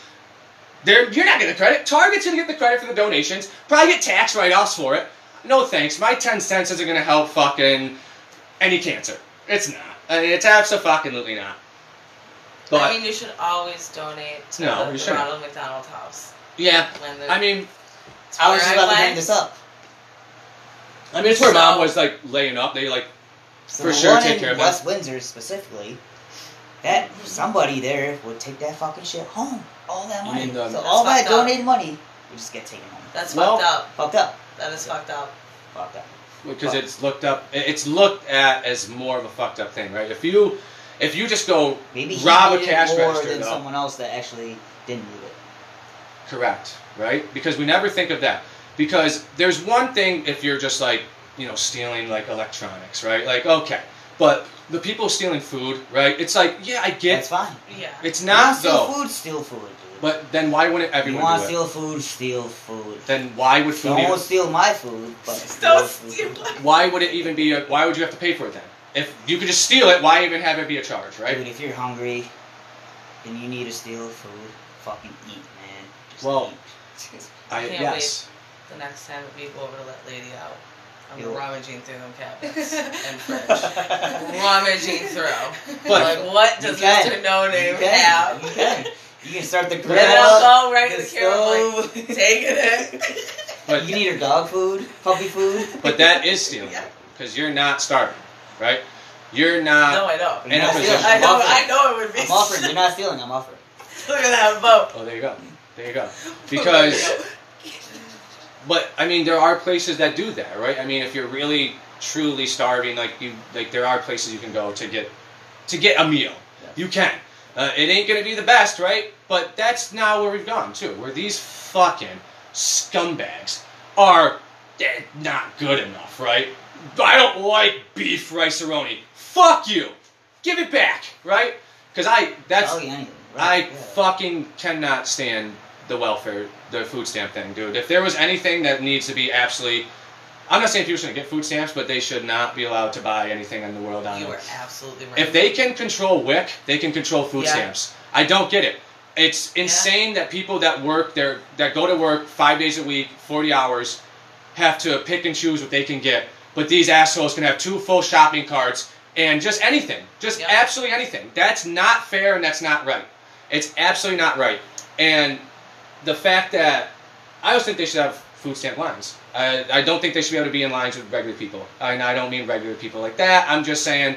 Speaker 1: They're, you're not getting the credit. Target's going to get the credit for the donations. Probably get tax write-offs for it. No thanks. My 10 cents isn't going to help fucking any cancer. It's not. I mean, it's absolutely not. But,
Speaker 2: I mean, you should always donate to
Speaker 1: No,
Speaker 2: the
Speaker 1: you shouldn't.
Speaker 2: Ronald McDonald House.
Speaker 1: yeah.
Speaker 2: When the,
Speaker 1: I mean,
Speaker 2: it's
Speaker 3: I was
Speaker 2: where
Speaker 3: just about to bring
Speaker 2: went.
Speaker 3: this up.
Speaker 1: I mean, it's where
Speaker 2: So-
Speaker 1: mom was, like, laying up. They, like,
Speaker 3: So
Speaker 1: For
Speaker 3: the
Speaker 1: sure,
Speaker 3: one
Speaker 1: take
Speaker 3: in
Speaker 1: care of
Speaker 3: West Windsor specifically. That somebody there would take that fucking shit home. All that
Speaker 1: You
Speaker 3: money.
Speaker 1: mean the-
Speaker 3: so all
Speaker 2: That's
Speaker 3: that
Speaker 2: fucked up.
Speaker 3: donated money would just get taken home.
Speaker 2: That's
Speaker 1: Well-
Speaker 2: fucked up.
Speaker 3: Fucked up.
Speaker 2: That is fucked up.
Speaker 3: Fucked up.
Speaker 1: because
Speaker 3: Fuck.
Speaker 1: it's looked up. it- It's looked at as more of a fucked up thing, right? If you, if you just go
Speaker 3: Maybe he
Speaker 1: rob a
Speaker 3: needed
Speaker 1: cash
Speaker 3: more
Speaker 1: register,
Speaker 3: than
Speaker 1: though.
Speaker 3: someone else that actually didn't need it.
Speaker 1: Correct, right? Because we never think of that. Because there's one thing if you're just like, you know, stealing like electronics, right? Like, okay. But the people stealing food, right? It's like, yeah, I get
Speaker 3: That's fine.
Speaker 2: Yeah.
Speaker 1: it's
Speaker 3: You wanna
Speaker 1: not
Speaker 3: steal
Speaker 1: though.
Speaker 3: food, steal food, dude.
Speaker 1: But then why wouldn't
Speaker 3: you
Speaker 1: everyone do
Speaker 3: want to
Speaker 1: it?
Speaker 3: steal food, steal food.
Speaker 1: then why would food
Speaker 3: Don't
Speaker 1: even,
Speaker 3: steal my food, but
Speaker 2: Don't
Speaker 3: steal
Speaker 2: steal
Speaker 3: food.
Speaker 2: my-
Speaker 1: why would it even be a, why would you have to pay for it then? If you could just steal it, why even have it be a charge, right?
Speaker 3: Dude, if you're hungry and you need to steal food, fucking eat, man. Just
Speaker 1: Well,
Speaker 3: eat.
Speaker 1: I,
Speaker 2: Can't
Speaker 1: yes.
Speaker 2: The next time we go over to let lady out, I'm
Speaker 3: Ew.
Speaker 2: rummaging through them cabinets and fridge. rummaging through.
Speaker 1: But
Speaker 2: like, what does
Speaker 3: You can.
Speaker 2: Mr. No
Speaker 3: you
Speaker 2: Name
Speaker 3: can.
Speaker 2: have?
Speaker 3: You can. You can start the grill.
Speaker 2: Then
Speaker 3: up,
Speaker 2: I'll go right to
Speaker 3: the
Speaker 2: the camera.
Speaker 3: stove.
Speaker 2: Like, taking it.
Speaker 1: but
Speaker 3: you can eat your dog food, puppy food.
Speaker 1: but that is stealing
Speaker 2: Yeah.
Speaker 1: because you're not starving, right? You're not
Speaker 2: no, I don't.
Speaker 1: in a
Speaker 3: Not
Speaker 1: position.
Speaker 3: stealing.
Speaker 2: I know.
Speaker 3: Muffin.
Speaker 2: I know it would be.
Speaker 3: I'm offering. You're not stealing. I'm offering.
Speaker 2: Look at that boat.
Speaker 1: Oh, there you go. There you go. Because, but I mean, there are places that do that, right? I mean, if you're really truly starving, like you, like there are places you can go to get, to get a meal. You can. Uh, it ain't gonna be the best, right? But that's now where we've gone too, where these fucking scumbags are eh, not good enough, right? I don't like beef riceroni. Fuck you. Give it back, right? Because I that's
Speaker 3: I'll eat anything.
Speaker 1: I
Speaker 3: Right, yeah.
Speaker 1: fucking cannot stand the welfare, the food stamp thing, dude. If there was anything that needs to be absolutely, I'm not saying people shouldn't get food stamps, but they should not be allowed to buy anything in the world on
Speaker 2: You
Speaker 1: them.
Speaker 2: were absolutely right.
Speaker 1: If they can control WIC, they can control food
Speaker 2: Yeah.
Speaker 1: stamps. I don't get it. It's insane that people that work their that go to work five days a week, forty hours, have to pick and choose what they can get. But these assholes can have two full shopping carts and just anything, just
Speaker 2: Yeah.
Speaker 1: absolutely anything. That's not fair and that's not right. It's absolutely not right. And the fact that I always think they should have food stamp lines. I, I don't think they should be able to be in lines with regular people. And I don't mean regular people like that. I'm just saying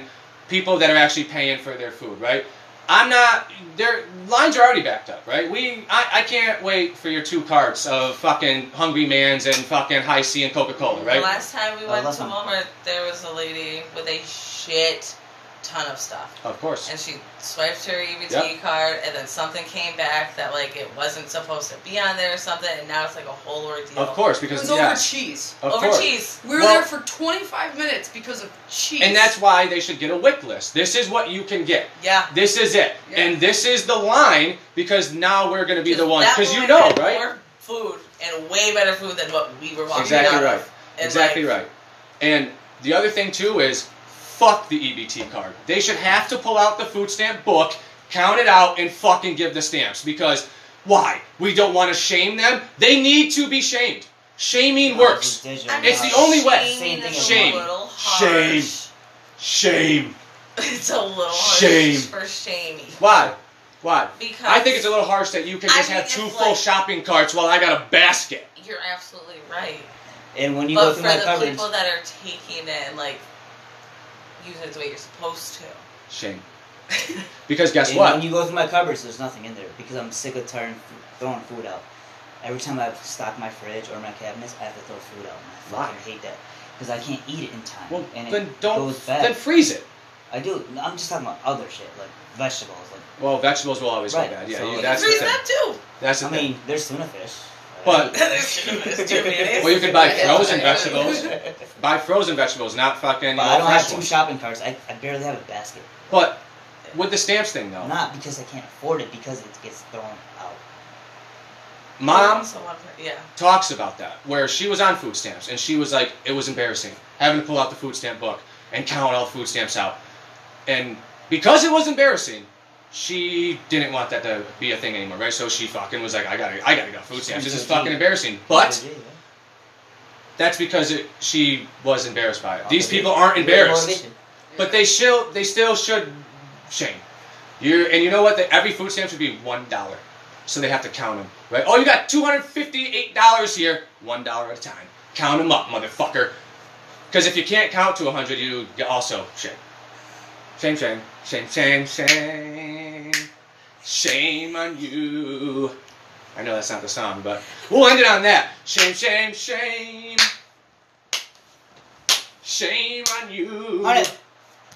Speaker 1: people that are actually paying for their food, right? I'm not. Their lines are already backed up, right? We, I, I can't wait for your two carts of fucking Hungry Man's and fucking High C and Coca Cola,
Speaker 2: The
Speaker 1: right?
Speaker 2: last time we
Speaker 3: Oh,
Speaker 2: went
Speaker 3: that's
Speaker 2: to
Speaker 3: not-
Speaker 2: Walmart, there was a lady with a shit ton of stuff.
Speaker 1: Of course.
Speaker 2: And she swiped her EBT
Speaker 1: Yep.
Speaker 2: card, and then something came back that, like, it wasn't supposed to be on there or something, and now it's like a whole ordeal.
Speaker 1: Of course,
Speaker 4: It
Speaker 1: because
Speaker 4: was
Speaker 1: yeah,
Speaker 4: over cheese.
Speaker 1: of
Speaker 2: Over
Speaker 1: course.
Speaker 2: cheese.
Speaker 4: We were
Speaker 1: Well-
Speaker 4: there for 25 minutes because of cheese.
Speaker 1: And that's why they should get a wick list. This is what you can get.
Speaker 2: Yeah.
Speaker 1: This is it.
Speaker 4: Yeah.
Speaker 1: And this is the line because now we're going to be the one.
Speaker 2: that
Speaker 1: Because you
Speaker 2: woman
Speaker 1: know,
Speaker 2: had
Speaker 1: right?
Speaker 2: More food and way better food than what we were walking
Speaker 1: Exactly
Speaker 2: out
Speaker 1: right.
Speaker 2: Of. And,
Speaker 1: Exactly
Speaker 2: like,
Speaker 1: right. And the other thing, too, is fuck the EBT card. They should have to pull out the food stamp book, count it out, and fucking give the stamps because why? We don't want to shame them. They need to be shamed. Shaming works.
Speaker 2: I
Speaker 1: It's
Speaker 2: mean,
Speaker 1: the only way.
Speaker 2: Shame. is a
Speaker 1: Shame.
Speaker 2: little
Speaker 1: Shame.
Speaker 2: harsh.
Speaker 1: Shame.
Speaker 2: It's a little harsh
Speaker 1: Shame.
Speaker 2: for shamey.
Speaker 1: Why? Why?
Speaker 2: Because
Speaker 1: I think it's a little harsh that you can
Speaker 2: I
Speaker 1: just
Speaker 2: mean,
Speaker 1: have two
Speaker 2: it's
Speaker 1: full
Speaker 2: like-
Speaker 1: shopping carts while I got a basket.
Speaker 2: You're absolutely right.
Speaker 3: And when you
Speaker 2: but
Speaker 3: go
Speaker 2: for
Speaker 3: through my
Speaker 2: the
Speaker 3: coverage,
Speaker 2: people that are taking it and like using it the way you're supposed to.
Speaker 1: Shame. Because guess
Speaker 3: and
Speaker 1: what?
Speaker 3: when you go through my cupboards, there's nothing in there because I'm sick of turn, throwing food out. Every time I stock my fridge or my cabinets, I have to throw food out. And I
Speaker 1: Why?
Speaker 3: fucking hate that because I can't eat it in time.
Speaker 1: Well,
Speaker 3: and
Speaker 1: then
Speaker 3: it
Speaker 1: don't.
Speaker 3: goes bad.
Speaker 1: Then freeze it.
Speaker 3: I do. No, I'm just talking about other shit like vegetables. Like
Speaker 1: Well, vegetables will always
Speaker 3: Right.
Speaker 1: go bad. Yeah,
Speaker 3: So,
Speaker 1: you-
Speaker 3: like-
Speaker 1: that's the
Speaker 2: Freeze
Speaker 1: thing.
Speaker 2: that too.
Speaker 1: That's the
Speaker 3: I
Speaker 1: thing.
Speaker 3: mean, there's tuna fish.
Speaker 1: But-
Speaker 2: There's tuna fish, too, man.
Speaker 1: Well, you could buy frozen
Speaker 4: Yeah.
Speaker 1: vegetables. Buy frozen vegetables, not fucking you
Speaker 3: But
Speaker 1: know,
Speaker 3: I don't
Speaker 1: fresh
Speaker 3: have two
Speaker 1: ones.
Speaker 3: shopping carts. I, I barely have a basket.
Speaker 1: But with the stamps thing though,
Speaker 3: Not because I can't afford it, because it gets thrown out.
Speaker 1: mom
Speaker 2: So one- Yeah.
Speaker 1: talks about that where she was on food stamps and she was like, it was embarrassing having to pull out the food stamp book and count all the food stamps out, and because it was embarrassing. She didn't want that to be a thing anymore, right? So she fucking was like, "I gotta, I gotta go food stamps. This is fucking embarrassing." But that's because it, she was embarrassed by it. These people aren't embarrassed. But they still they still should shame. You and you know what? The, every food stamp should be one dollar, so they have to count them. Right? Oh, you got two hundred fifty-eight dollars here, one dollar at a time. Count them up, motherfucker. Because if you can't count to hundred, you get- also shame. Shame, shame, shame, shame, shame, shame on you. I know that's not the song, but we'll end it on that. Shame, shame, shame, shame on you.
Speaker 3: On it.